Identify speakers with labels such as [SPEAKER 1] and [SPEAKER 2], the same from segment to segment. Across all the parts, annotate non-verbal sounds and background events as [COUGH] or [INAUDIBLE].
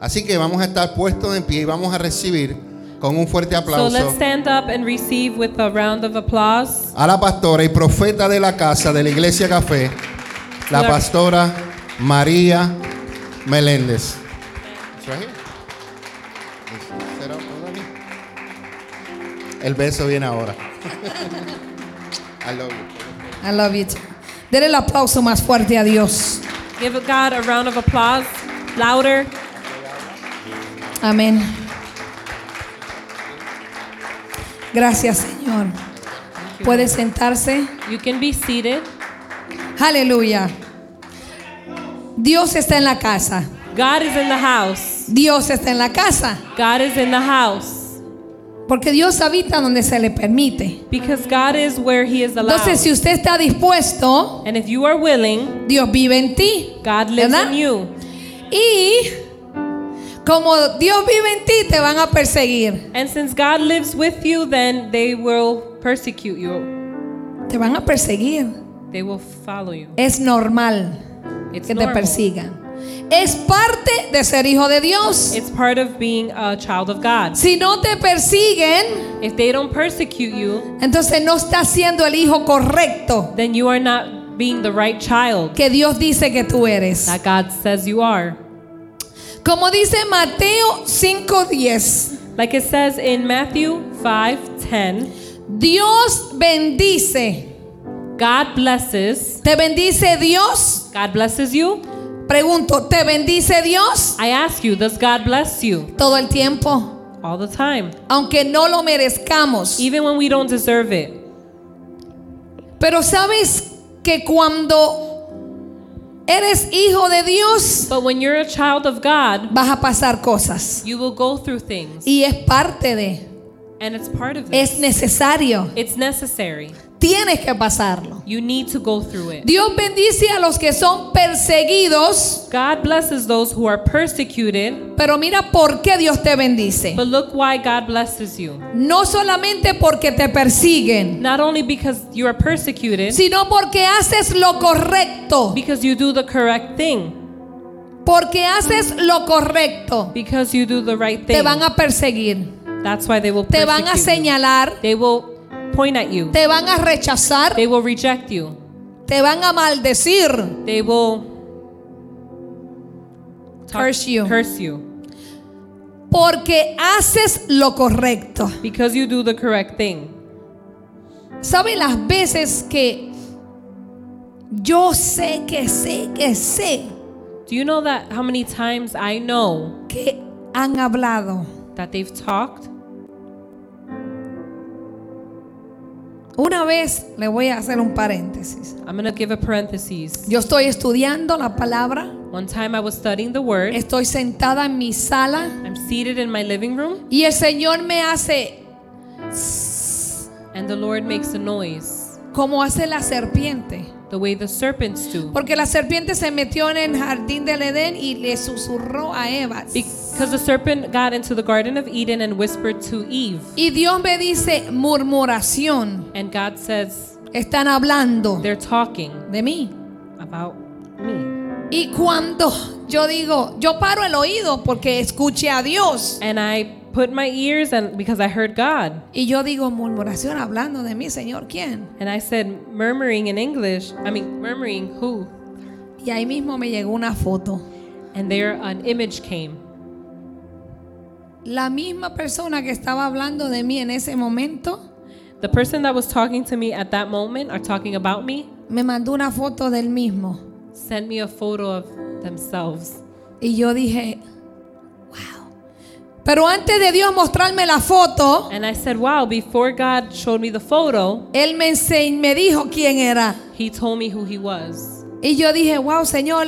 [SPEAKER 1] Así que vamos a estar puestos en pie y vamos a recibir con un fuerte
[SPEAKER 2] So let's
[SPEAKER 1] aplauso
[SPEAKER 2] stand up and receive with a round of applause
[SPEAKER 1] a la pastora y profeta de la casa de la iglesia Café, la
[SPEAKER 2] Claro.
[SPEAKER 1] pastora María Meléndez. It's right here. It's set up already. El beso viene ahora. [LAUGHS] I love you.
[SPEAKER 3] I love it. Dele el aplauso más fuerte a Dios.
[SPEAKER 2] give God a round of applause louder
[SPEAKER 3] Amén. Gracias, Señor. Puede sentarse.
[SPEAKER 2] you can be seated
[SPEAKER 3] Aleluya. Dios está en la casa.
[SPEAKER 2] God is in the house
[SPEAKER 3] Dios está en la casa.
[SPEAKER 2] God is in the house
[SPEAKER 3] Porque Dios habita donde se le permite.
[SPEAKER 2] because God is where he is allowed
[SPEAKER 3] Entonces, si usted está dispuesto,
[SPEAKER 2] and if you are willing
[SPEAKER 3] Dios vive en ti.
[SPEAKER 2] God lives
[SPEAKER 3] ¿Verdad?
[SPEAKER 2] in you
[SPEAKER 3] Y como Dios vive en ti, te van a perseguir.
[SPEAKER 2] and since God lives with you then they will persecute you
[SPEAKER 3] Te van a perseguir.
[SPEAKER 2] they will follow you
[SPEAKER 3] Es normal
[SPEAKER 2] it's
[SPEAKER 3] que te
[SPEAKER 2] normal
[SPEAKER 3] persigan. Es parte de ser hijo de Dios.
[SPEAKER 2] it's part of being a child of God
[SPEAKER 3] Si no te persiguen,
[SPEAKER 2] if they don't persecute you
[SPEAKER 3] entonces no estás siendo el hijo correcto
[SPEAKER 2] then you are not being the right child
[SPEAKER 3] que Dios dice que tú eres.
[SPEAKER 2] that God says you are.
[SPEAKER 3] Como dice Mateo 5:10,
[SPEAKER 2] Like it says in Matthew 5:10,
[SPEAKER 3] Dios bendice.
[SPEAKER 2] God blesses.
[SPEAKER 3] ¿Te bendice Dios?
[SPEAKER 2] God blesses you.
[SPEAKER 3] Pregunto, ¿te bendice Dios
[SPEAKER 2] I ask you, does God bless you
[SPEAKER 3] todo el tiempo?
[SPEAKER 2] all the time,
[SPEAKER 3] aunque no lo merezcamos.
[SPEAKER 2] even when we don't deserve it?
[SPEAKER 3] Pero sabes que cuando eres hijo de Dios,
[SPEAKER 2] But when you're a child of God,
[SPEAKER 3] vas a pasar cosas.
[SPEAKER 2] you will go through things,
[SPEAKER 3] Y es parte de,
[SPEAKER 2] and it's part of it.
[SPEAKER 3] es necesario,
[SPEAKER 2] It's necessary.
[SPEAKER 3] tienes que pasarlo.
[SPEAKER 2] You need to go through it.
[SPEAKER 3] Dios bendice a los que son perseguidos,
[SPEAKER 2] God blesses those who are persecuted,
[SPEAKER 3] pero mira por qué Dios te bendice.
[SPEAKER 2] but look why God blesses you.
[SPEAKER 3] No solamente porque te persiguen,
[SPEAKER 2] Not only because you are persecuted,
[SPEAKER 3] sino porque haces lo correcto,
[SPEAKER 2] because you do the correct thing.
[SPEAKER 3] porque haces lo correcto.
[SPEAKER 2] Because you do the right
[SPEAKER 3] Te
[SPEAKER 2] thing.
[SPEAKER 3] van a perseguir,
[SPEAKER 2] That's why they will
[SPEAKER 3] te van a
[SPEAKER 2] persecute you.
[SPEAKER 3] señalar,
[SPEAKER 2] They will point at you.
[SPEAKER 3] te van a rechazar,
[SPEAKER 2] They will reject you.
[SPEAKER 3] te van a maldecir.
[SPEAKER 2] They will
[SPEAKER 3] Curse you.
[SPEAKER 2] Curse you
[SPEAKER 3] Porque haces lo correcto.
[SPEAKER 2] because you do the correct thing.
[SPEAKER 3] ¿Sabe las veces que yo sé que sé que sé
[SPEAKER 2] Do you know that how many times I know
[SPEAKER 3] que han hablado?
[SPEAKER 2] that they've talked?
[SPEAKER 3] Una vez le voy a hacer un paréntesis.
[SPEAKER 2] I'm going to give a parenthesis.
[SPEAKER 3] Yo estoy estudiando la palabra,
[SPEAKER 2] One time I was studying the word.
[SPEAKER 3] estoy sentada en mi sala
[SPEAKER 2] I'm seated in my living room
[SPEAKER 3] y el Señor me hace
[SPEAKER 2] and the Lord makes a noise
[SPEAKER 3] como hace la serpiente.
[SPEAKER 2] the way the serpents do.
[SPEAKER 3] Porque la serpiente se metió en el jardín del Edén y le susurró a Eva.
[SPEAKER 2] Because the serpent got into the Garden of Eden and whispered to Eve.
[SPEAKER 3] Y Dios me dice murmuración.
[SPEAKER 2] And God says,
[SPEAKER 3] Están hablando
[SPEAKER 2] they're talking
[SPEAKER 3] de mí.
[SPEAKER 2] about me.
[SPEAKER 3] Y cuando yo digo, yo paro el oído porque escuché a Dios.
[SPEAKER 2] And I put my ears and because I heard God.
[SPEAKER 3] Y yo digo, murmuración hablando de mí, Señor, ¿quién?
[SPEAKER 2] And I said, murmuring in English, I mean, murmuring who?
[SPEAKER 3] Y ahí mismo me llegó una foto.
[SPEAKER 2] And there an image came.
[SPEAKER 3] La misma persona que estaba hablando de mí en ese momento
[SPEAKER 2] The person that was talking to me at that moment or talking about me
[SPEAKER 3] me mandó una foto del mismo.
[SPEAKER 2] sent me a photo of themselves.
[SPEAKER 3] Y yo dije, wow. Pero antes de Dios mostrarme la foto,
[SPEAKER 2] And I said, wow, before God showed me the photo,
[SPEAKER 3] Él me, ense- me dijo quién era.
[SPEAKER 2] he told me who he was.
[SPEAKER 3] Y yo dije, wow, Señor,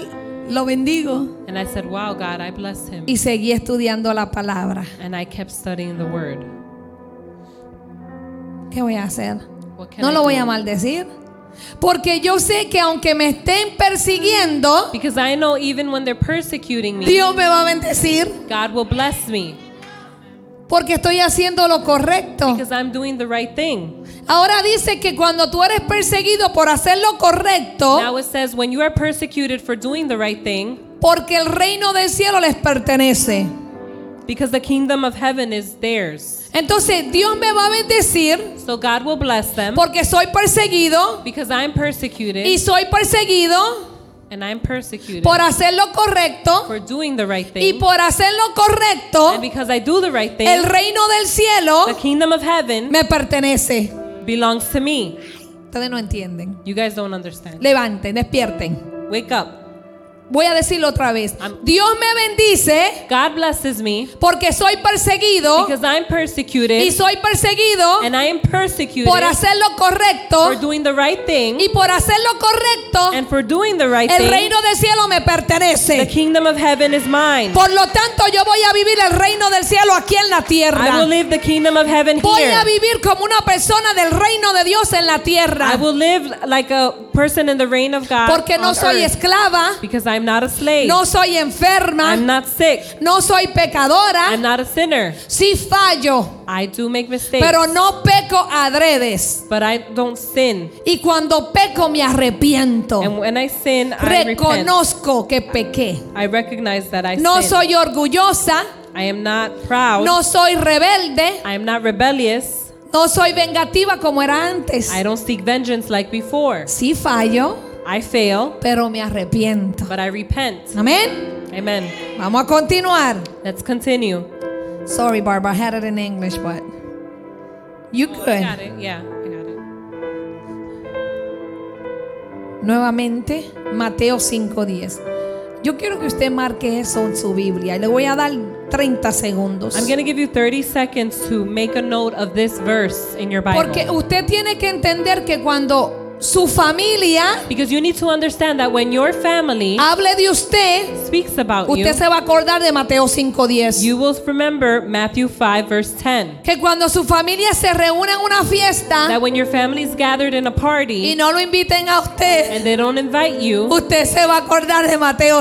[SPEAKER 3] lo bendigo.
[SPEAKER 2] And I said, wow, God, I bless him.
[SPEAKER 3] y seguí estudiando la palabra.
[SPEAKER 2] And I kept studying the word.
[SPEAKER 3] ¿Qué voy a hacer?
[SPEAKER 2] What can
[SPEAKER 3] No
[SPEAKER 2] I
[SPEAKER 3] lo voy
[SPEAKER 2] do?
[SPEAKER 3] a maldecir. Porque yo sé que aunque me estén persiguiendo,
[SPEAKER 2] Because I know even when they're persecuting me,
[SPEAKER 3] Dios me va a bendecir.
[SPEAKER 2] God will bless me
[SPEAKER 3] Porque estoy haciendo lo correcto.
[SPEAKER 2] because I'm doing the right thing.
[SPEAKER 3] Ahora dice que cuando tú eres perseguido por hacer lo correcto,
[SPEAKER 2] Now it says, when you are persecuted for doing the right thing,
[SPEAKER 3] porque el reino del cielo les pertenece.
[SPEAKER 2] because the kingdom of heaven is theirs.
[SPEAKER 3] Entonces Dios me va a bendecir
[SPEAKER 2] So God will bless them
[SPEAKER 3] porque soy perseguido
[SPEAKER 2] because I'm
[SPEAKER 3] y
[SPEAKER 2] persecuted
[SPEAKER 3] soy perseguido
[SPEAKER 2] and I'm persecuted
[SPEAKER 3] por hacer lo correcto
[SPEAKER 2] for doing the right
[SPEAKER 3] y
[SPEAKER 2] thing.
[SPEAKER 3] por hacer lo correcto
[SPEAKER 2] And because I do the right
[SPEAKER 3] el
[SPEAKER 2] thing,
[SPEAKER 3] reino del cielo
[SPEAKER 2] the kingdom of heaven
[SPEAKER 3] me pertenece.
[SPEAKER 2] belongs to me.
[SPEAKER 3] Ustedes no entienden.
[SPEAKER 2] You guys don't understand.
[SPEAKER 3] Levanten, despierten.
[SPEAKER 2] Wake up.
[SPEAKER 3] Voy a decirlo otra vez.
[SPEAKER 2] Am-
[SPEAKER 3] Dios me bendice
[SPEAKER 2] God blesses me
[SPEAKER 3] porque soy perseguido
[SPEAKER 2] because I'm
[SPEAKER 3] y
[SPEAKER 2] persecuted
[SPEAKER 3] soy perseguido
[SPEAKER 2] and I am persecuted
[SPEAKER 3] por hacer lo
[SPEAKER 2] for
[SPEAKER 3] correcto
[SPEAKER 2] doing the right thing.
[SPEAKER 3] y por hacer lo correcto
[SPEAKER 2] And for doing the right
[SPEAKER 3] el
[SPEAKER 2] thing,
[SPEAKER 3] reino del cielo me
[SPEAKER 2] the
[SPEAKER 3] pertenece.
[SPEAKER 2] kingdom of heaven is mine.
[SPEAKER 3] Por lo tanto, yo voy a vivir el reino del cielo aquí en la
[SPEAKER 2] I
[SPEAKER 3] tierra.
[SPEAKER 2] will live the kingdom of heaven
[SPEAKER 3] Voy a
[SPEAKER 2] here.
[SPEAKER 3] vivir como una persona del reino de Dios en la
[SPEAKER 2] I
[SPEAKER 3] tierra
[SPEAKER 2] will live like a person in the reign of God
[SPEAKER 3] porque no
[SPEAKER 2] on
[SPEAKER 3] soy
[SPEAKER 2] earth.
[SPEAKER 3] esclava,
[SPEAKER 2] because I'm not a slave.
[SPEAKER 3] no soy enferma,
[SPEAKER 2] I'm not sick.
[SPEAKER 3] no soy pecadora,
[SPEAKER 2] I'm not a sinner.
[SPEAKER 3] sí fallo,
[SPEAKER 2] I do make mistakes,
[SPEAKER 3] pero no peco adredes.
[SPEAKER 2] but I don't sin.
[SPEAKER 3] Y cuando peco me arrepiento.
[SPEAKER 2] And when I sin, I repent.
[SPEAKER 3] Reconozco que pequé.
[SPEAKER 2] I recognize that I
[SPEAKER 3] No
[SPEAKER 2] sin.
[SPEAKER 3] soy orgullosa,
[SPEAKER 2] I am not proud.
[SPEAKER 3] no soy rebelde,
[SPEAKER 2] I am not rebellious.
[SPEAKER 3] no soy vengativa como era antes.
[SPEAKER 2] I don't seek vengeance like before.
[SPEAKER 3] Sí fallo,
[SPEAKER 2] I fail,
[SPEAKER 3] pero me arrepiento.
[SPEAKER 2] but I repent.
[SPEAKER 3] Amén.
[SPEAKER 2] Amen.
[SPEAKER 3] Vamos a continuar.
[SPEAKER 2] Let's continue.
[SPEAKER 3] Sorry, Barbara, I had it in English, but you
[SPEAKER 2] Oh, I
[SPEAKER 3] could.
[SPEAKER 2] got it. Yeah, I got it.
[SPEAKER 3] Nuevamente, Mateo 5:10. Yo quiero que usted marque eso en su Biblia. Y le voy a dar 30 segundos.
[SPEAKER 2] I'm going to give you 30 seconds to make a note of this verse in your Bible.
[SPEAKER 3] Porque usted tiene que entender que cuando su familia
[SPEAKER 2] because you need to understand that when your family
[SPEAKER 3] hable de usted,
[SPEAKER 2] speaks about you,
[SPEAKER 3] Ah, usted se va a acordar de Mateo 5:10.
[SPEAKER 2] you will remember Matthew 5, verse 10.
[SPEAKER 3] Que cuando su familia se reúne en una fiesta
[SPEAKER 2] That when your family's gathered in a
[SPEAKER 3] Ah. y
[SPEAKER 2] party
[SPEAKER 3] no lo inviten a usted,
[SPEAKER 2] and they don't invite you,
[SPEAKER 3] usted se va a acordar de
[SPEAKER 2] you
[SPEAKER 3] Mateo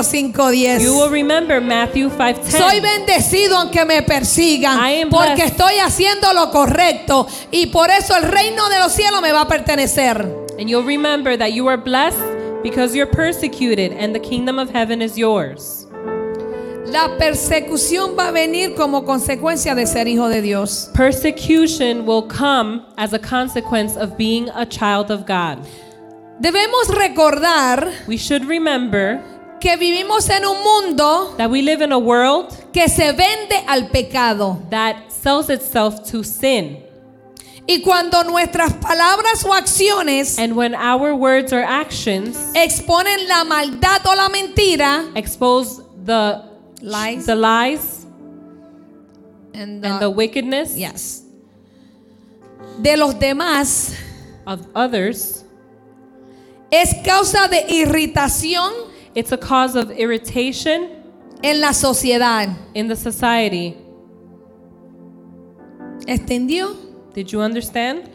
[SPEAKER 2] will
[SPEAKER 3] 5:10.
[SPEAKER 2] remember Matthew 5,
[SPEAKER 3] Soy
[SPEAKER 2] 10.
[SPEAKER 3] bendecido aunque me
[SPEAKER 2] I
[SPEAKER 3] persigan,
[SPEAKER 2] am
[SPEAKER 3] porque
[SPEAKER 2] blessed.
[SPEAKER 3] estoy haciendo lo correcto y por eso el reino de los cielos me va a pertenecer.
[SPEAKER 2] And you'll remember that you are blessed because you're persecuted and the kingdom of heaven is yours.
[SPEAKER 3] La persecución va a venir como consecuencia de ser hijo de Dios.
[SPEAKER 2] Persecution will come as a consequence of being a child of God.
[SPEAKER 3] Debemos recordar
[SPEAKER 2] We should remember
[SPEAKER 3] que vivimos en un mundo
[SPEAKER 2] that we live in a world
[SPEAKER 3] que se vende al pecado.
[SPEAKER 2] that sells itself to sin.
[SPEAKER 3] Y cuando nuestras palabras o acciones
[SPEAKER 2] And when our words or actions
[SPEAKER 3] exponen la maldad o la mentira,
[SPEAKER 2] expose the
[SPEAKER 3] Lies.
[SPEAKER 2] the lies
[SPEAKER 3] and the-
[SPEAKER 2] and the wickedness
[SPEAKER 3] yes, de los demás,
[SPEAKER 2] of others,
[SPEAKER 3] es causa de irritación
[SPEAKER 2] it's a cause of irritation
[SPEAKER 3] en la sociedad.
[SPEAKER 2] in the society.
[SPEAKER 3] ¿Entendió?
[SPEAKER 2] Did you understand?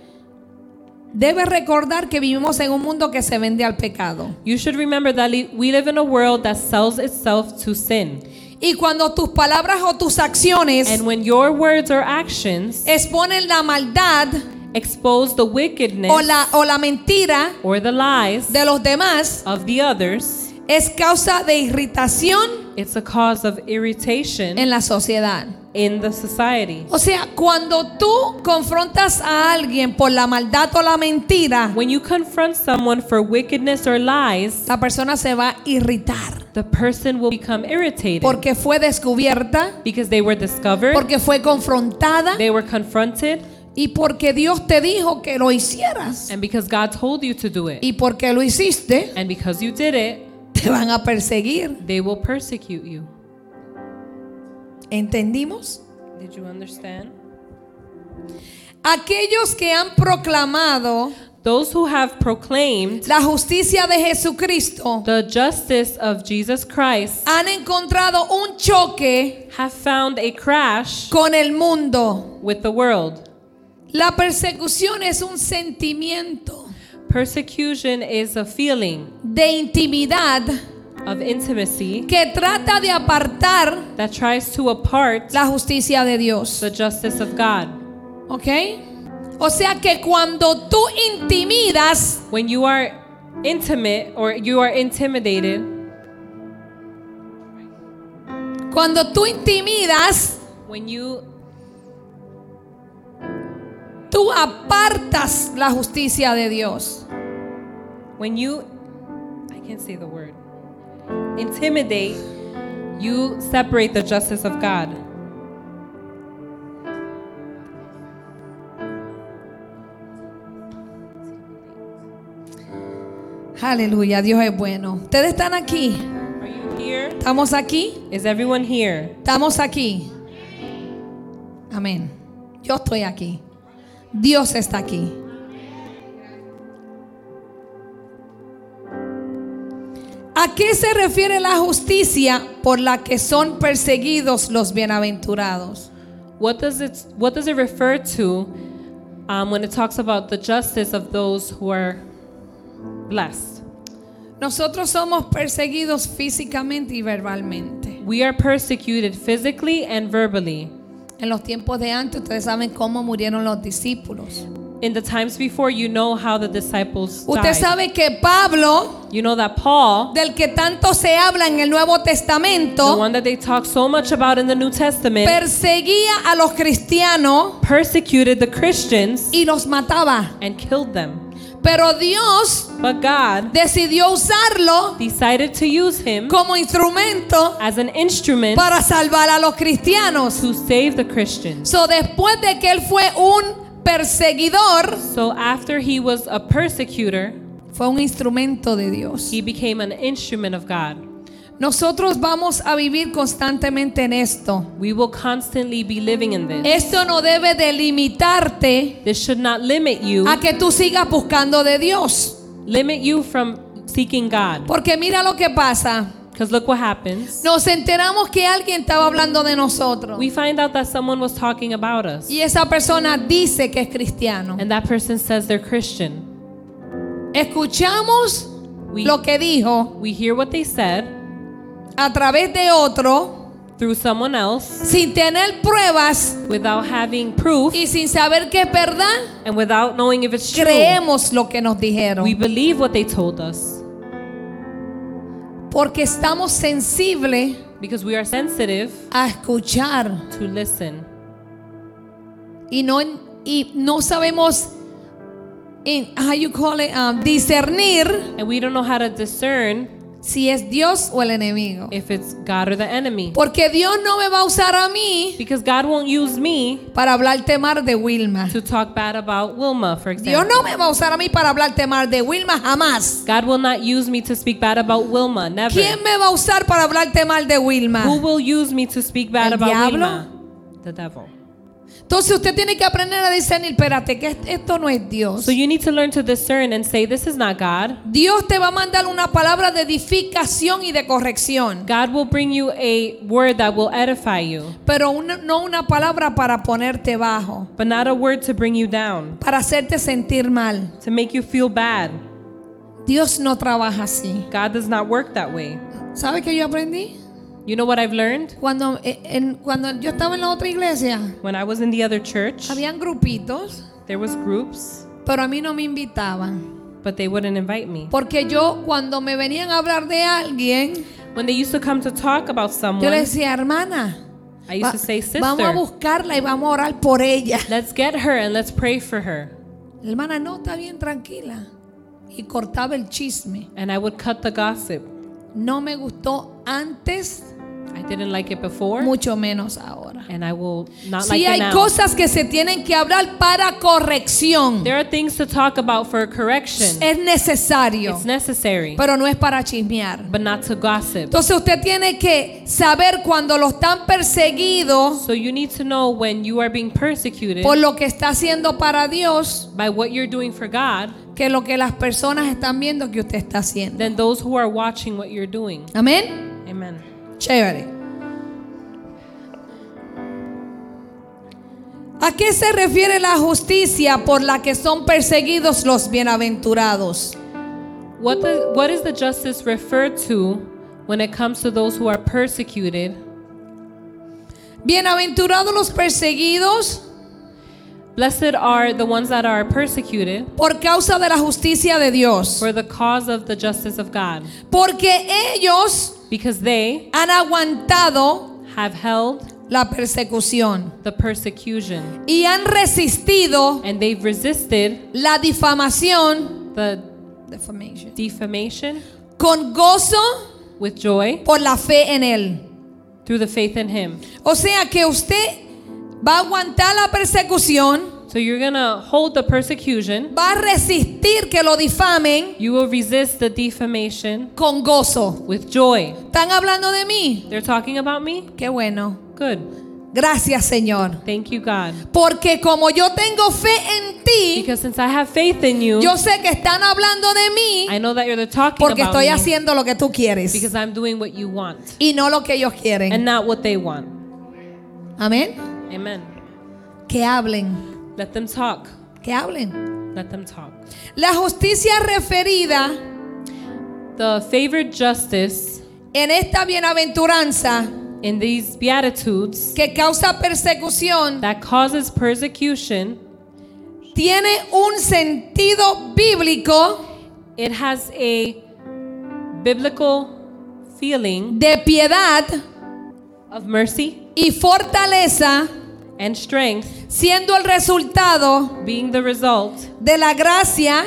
[SPEAKER 3] Debe recordar que vivimos en un mundo que se vende al pecado.
[SPEAKER 2] You should remember that li- we live in a world that sells itself to sin.
[SPEAKER 3] Y cuando tus palabras o tus acciones
[SPEAKER 2] And when your words or actions
[SPEAKER 3] exponen la maldad
[SPEAKER 2] expose the
[SPEAKER 3] o
[SPEAKER 2] wickedness
[SPEAKER 3] la, o la mentira
[SPEAKER 2] or the lies
[SPEAKER 3] de los demás,
[SPEAKER 2] of the others,
[SPEAKER 3] es causa de irritación
[SPEAKER 2] it's a cause of irritation
[SPEAKER 3] en la sociedad.
[SPEAKER 2] in the society.
[SPEAKER 3] O sea, cuando tú confrontas a alguien por la maldad o la mentira,
[SPEAKER 2] When you confront someone for wickedness or lies,
[SPEAKER 3] la persona se va a irritar
[SPEAKER 2] the person will become irritated
[SPEAKER 3] porque fue descubierta,
[SPEAKER 2] because they were discovered,
[SPEAKER 3] porque fue confrontada
[SPEAKER 2] they were confronted,
[SPEAKER 3] y porque Dios te dijo que lo hicieras
[SPEAKER 2] and because God told you to do it.
[SPEAKER 3] y porque lo hiciste,
[SPEAKER 2] And because you did it,
[SPEAKER 3] te van a perseguir.
[SPEAKER 2] they will persecute you.
[SPEAKER 3] ¿Entendimos?
[SPEAKER 2] Did you understand?
[SPEAKER 3] Aquellos que han proclamado
[SPEAKER 2] Those who have proclaimed
[SPEAKER 3] la justicia de Jesucristo
[SPEAKER 2] the justice of Jesus Christ
[SPEAKER 3] han encontrado un choque
[SPEAKER 2] have found a crash
[SPEAKER 3] con el mundo.
[SPEAKER 2] with the world.
[SPEAKER 3] La persecución es un sentimiento
[SPEAKER 2] Persecution is a feeling
[SPEAKER 3] de intimidad
[SPEAKER 2] of intimacy
[SPEAKER 3] que trata de apartar
[SPEAKER 2] that tries to apart
[SPEAKER 3] la justicia de Dios.
[SPEAKER 2] the justice of God.
[SPEAKER 3] ¿Ok? O sea que cuando tú intimidas,
[SPEAKER 2] When you are intimate or you are intimidated,
[SPEAKER 3] Cuando tú intimidas,
[SPEAKER 2] When you
[SPEAKER 3] tú apartas la justicia de Dios.
[SPEAKER 2] when you I can't say the word. Intimidate, you separate the justice of God.
[SPEAKER 3] Aleluya, Dios es bueno. Ustedes están aquí.
[SPEAKER 2] Are you here?
[SPEAKER 3] Estamos aquí.
[SPEAKER 2] Is everyone here?
[SPEAKER 3] Estamos aquí. Amén. Yo estoy aquí. Dios está aquí. ¿A qué se refiere la justicia por la que son perseguidos los bienaventurados?
[SPEAKER 2] What does it what does it refer to um, when it talks about the justice of those who are blessed?
[SPEAKER 3] Nosotros somos perseguidos físicamente y verbalmente.
[SPEAKER 2] We are persecuted physically and verbally.
[SPEAKER 3] En los tiempos de antes ustedes saben cómo murieron los discípulos.
[SPEAKER 2] In the times before, you know how the disciples
[SPEAKER 3] Usted
[SPEAKER 2] died.
[SPEAKER 3] sabe que Pablo,
[SPEAKER 2] you know that Paul,
[SPEAKER 3] del que tanto se habla en el Nuevo
[SPEAKER 2] the
[SPEAKER 3] Testamento,
[SPEAKER 2] one that they talk so much about in the New Testament,
[SPEAKER 3] perseguía a los cristianos
[SPEAKER 2] persecuted the Christians
[SPEAKER 3] y los mataba.
[SPEAKER 2] and killed them.
[SPEAKER 3] Pero Dios
[SPEAKER 2] But God
[SPEAKER 3] decidió usarlo
[SPEAKER 2] decided to use him
[SPEAKER 3] como instrumento
[SPEAKER 2] as an instrument
[SPEAKER 3] para salvar a los cristianos.
[SPEAKER 2] to save the Christians.
[SPEAKER 3] So, después de que él fue un perseguidor,
[SPEAKER 2] So after he was a persecutor,
[SPEAKER 3] fue un instrumento de Dios.
[SPEAKER 2] he became an instrument of God.
[SPEAKER 3] Nosotros vamos a vivir constantemente en esto.
[SPEAKER 2] We will constantly be living in this.
[SPEAKER 3] Esto no debe delimitarte
[SPEAKER 2] This should not limit you,
[SPEAKER 3] a que tú sigas buscando de Dios.
[SPEAKER 2] limit you from seeking God.
[SPEAKER 3] Porque mira lo que pasa.
[SPEAKER 2] Because look what happens.
[SPEAKER 3] Nos enteramos que alguien estaba hablando de nosotros.
[SPEAKER 2] We find out that someone was talking about us,
[SPEAKER 3] Y esa persona dice que es cristiano.
[SPEAKER 2] and that person says they're Christian.
[SPEAKER 3] Escuchamos
[SPEAKER 2] We,
[SPEAKER 3] lo que dijo
[SPEAKER 2] we hear what they said
[SPEAKER 3] a través de otro
[SPEAKER 2] through someone else
[SPEAKER 3] sin tener pruebas
[SPEAKER 2] without having proof
[SPEAKER 3] y sin saber que es verdad.
[SPEAKER 2] and without knowing if it's true.
[SPEAKER 3] Creemos lo que nos
[SPEAKER 2] We
[SPEAKER 3] dijeron.
[SPEAKER 2] believe what they told us
[SPEAKER 3] Porque estamos sensibles
[SPEAKER 2] because we are sensitive
[SPEAKER 3] a escuchar
[SPEAKER 2] to listen.
[SPEAKER 3] y no, y no sabemos en- how you call it, um, discernir
[SPEAKER 2] And we don't know how to discern
[SPEAKER 3] si es Dios o el enemigo.
[SPEAKER 2] if it's God or the enemy.
[SPEAKER 3] Porque Dios no me va a usar a mí
[SPEAKER 2] Because God won't use me
[SPEAKER 3] para hablarte mal de Wilma.
[SPEAKER 2] to talk bad about Wilma, for
[SPEAKER 3] Dios
[SPEAKER 2] example.
[SPEAKER 3] no me va a usar a mí para hablarte mal de Wilma jamás.
[SPEAKER 2] God will not use me to speak bad about Wilma, never.
[SPEAKER 3] ¿Quién me va a usar para hablarte mal de
[SPEAKER 2] Who
[SPEAKER 3] Wilma?
[SPEAKER 2] will use me to speak bad
[SPEAKER 3] El
[SPEAKER 2] about
[SPEAKER 3] diablo?
[SPEAKER 2] Wilma? The devil.
[SPEAKER 3] Entonces usted tiene que aprender a discernir, espérate, que est- esto no es Dios.
[SPEAKER 2] So you need to learn to discern and say, this is not God.
[SPEAKER 3] Dios te va a mandar una palabra de edificación y de corrección,
[SPEAKER 2] God will bring you a word that will edify you,
[SPEAKER 3] pero una- no una palabra para ponerte bajo.
[SPEAKER 2] but not a word to bring you down,
[SPEAKER 3] para hacerte sentir mal.
[SPEAKER 2] to make you feel bad.
[SPEAKER 3] Dios no trabaja así.
[SPEAKER 2] God does not work that way.
[SPEAKER 3] ¿Sabe qué yo aprendí?
[SPEAKER 2] You know what I've learned?
[SPEAKER 3] Cuando, eh, en- cuando yo estaba en la otra iglesia,
[SPEAKER 2] When I was in the other church,
[SPEAKER 3] habían grupitos,
[SPEAKER 2] there was groups,
[SPEAKER 3] pero a mí no me invitaban.
[SPEAKER 2] but they wouldn't invite me.
[SPEAKER 3] Porque yo cuando me venían a hablar de alguien,
[SPEAKER 2] When they used to come to talk about
[SPEAKER 3] yo le
[SPEAKER 2] someone,
[SPEAKER 3] decía, hermana,
[SPEAKER 2] I used
[SPEAKER 3] va-
[SPEAKER 2] to say,
[SPEAKER 3] vamos
[SPEAKER 2] sister,
[SPEAKER 3] a buscarla y vamos a orar por ella.
[SPEAKER 2] Let's get her and let's pray for her.
[SPEAKER 3] La hermana, no, está bien, tranquila. Y cortaba el chisme.
[SPEAKER 2] And I would cut the gossip.
[SPEAKER 3] No me gustó antes,
[SPEAKER 2] I didn't like it before,
[SPEAKER 3] mucho menos ahora.
[SPEAKER 2] and I will not
[SPEAKER 3] Si
[SPEAKER 2] like it
[SPEAKER 3] hay
[SPEAKER 2] now.
[SPEAKER 3] cosas que se tienen que hablar para corrección.
[SPEAKER 2] There are things to talk about for correction.
[SPEAKER 3] es necesario,
[SPEAKER 2] It's necessary,
[SPEAKER 3] pero no es para chismear.
[SPEAKER 2] but not to gossip.
[SPEAKER 3] Entonces usted tiene que saber cuando lo están perseguidos
[SPEAKER 2] So you need to know when you are being persecuted
[SPEAKER 3] por lo que está haciendo para Dios,
[SPEAKER 2] by what you're doing for God,
[SPEAKER 3] que lo que las personas están viendo que usted está haciendo.
[SPEAKER 2] then those who are watching what you're doing.
[SPEAKER 3] Amén.
[SPEAKER 2] Amen.
[SPEAKER 3] Chévere. ¿A qué se refiere la justicia por la que son perseguidos los bienaventurados?
[SPEAKER 2] What, the, what is the justice referred to when it comes to those who are persecuted?
[SPEAKER 3] Bienaventurados los perseguidos
[SPEAKER 2] Blessed are the ones that are persecuted
[SPEAKER 3] por causa de la justicia de Dios.
[SPEAKER 2] for the cause of the justice of God,
[SPEAKER 3] Porque ellos
[SPEAKER 2] because they
[SPEAKER 3] han aguantado
[SPEAKER 2] have held
[SPEAKER 3] la persecución
[SPEAKER 2] the persecution
[SPEAKER 3] y han resistido
[SPEAKER 2] and they've resisted
[SPEAKER 3] la difamación
[SPEAKER 2] the
[SPEAKER 3] defamation,
[SPEAKER 2] defamation
[SPEAKER 3] con gozo
[SPEAKER 2] with joy
[SPEAKER 3] por la fe en Él.
[SPEAKER 2] through the faith in him.
[SPEAKER 3] O sea que usted va a aguantar la persecución,
[SPEAKER 2] So you're going to hold the persecution.
[SPEAKER 3] va a resistir que lo difamen
[SPEAKER 2] You will resist the defamation
[SPEAKER 3] con gozo.
[SPEAKER 2] with joy.
[SPEAKER 3] ¿Están hablando de mí?
[SPEAKER 2] They're talking about me?
[SPEAKER 3] Qué bueno.
[SPEAKER 2] Good.
[SPEAKER 3] Gracias Señor.
[SPEAKER 2] Thank you, God.
[SPEAKER 3] Porque como yo tengo fe en ti,
[SPEAKER 2] Because since I have faith in you,
[SPEAKER 3] yo sé que están hablando de mí
[SPEAKER 2] I know that you're the talking
[SPEAKER 3] porque
[SPEAKER 2] about
[SPEAKER 3] estoy
[SPEAKER 2] me
[SPEAKER 3] haciendo lo que tú quieres
[SPEAKER 2] because I'm doing what you want
[SPEAKER 3] y no lo que ellos quieren.
[SPEAKER 2] and not what they want.
[SPEAKER 3] Amén.
[SPEAKER 2] Amen.
[SPEAKER 3] Que hablen,
[SPEAKER 2] Let them talk.
[SPEAKER 3] que hablen.
[SPEAKER 2] Let them talk.
[SPEAKER 3] La justicia referida
[SPEAKER 2] The favored justice
[SPEAKER 3] en esta bienaventuranza
[SPEAKER 2] in these beatitudes
[SPEAKER 3] que causa persecución
[SPEAKER 2] that causes persecution,
[SPEAKER 3] tiene un sentido bíblico
[SPEAKER 2] it has a biblical feeling
[SPEAKER 3] de piedad
[SPEAKER 2] of mercy
[SPEAKER 3] y fortaleza,
[SPEAKER 2] and strength
[SPEAKER 3] siendo el resultado
[SPEAKER 2] being the result
[SPEAKER 3] de la gracia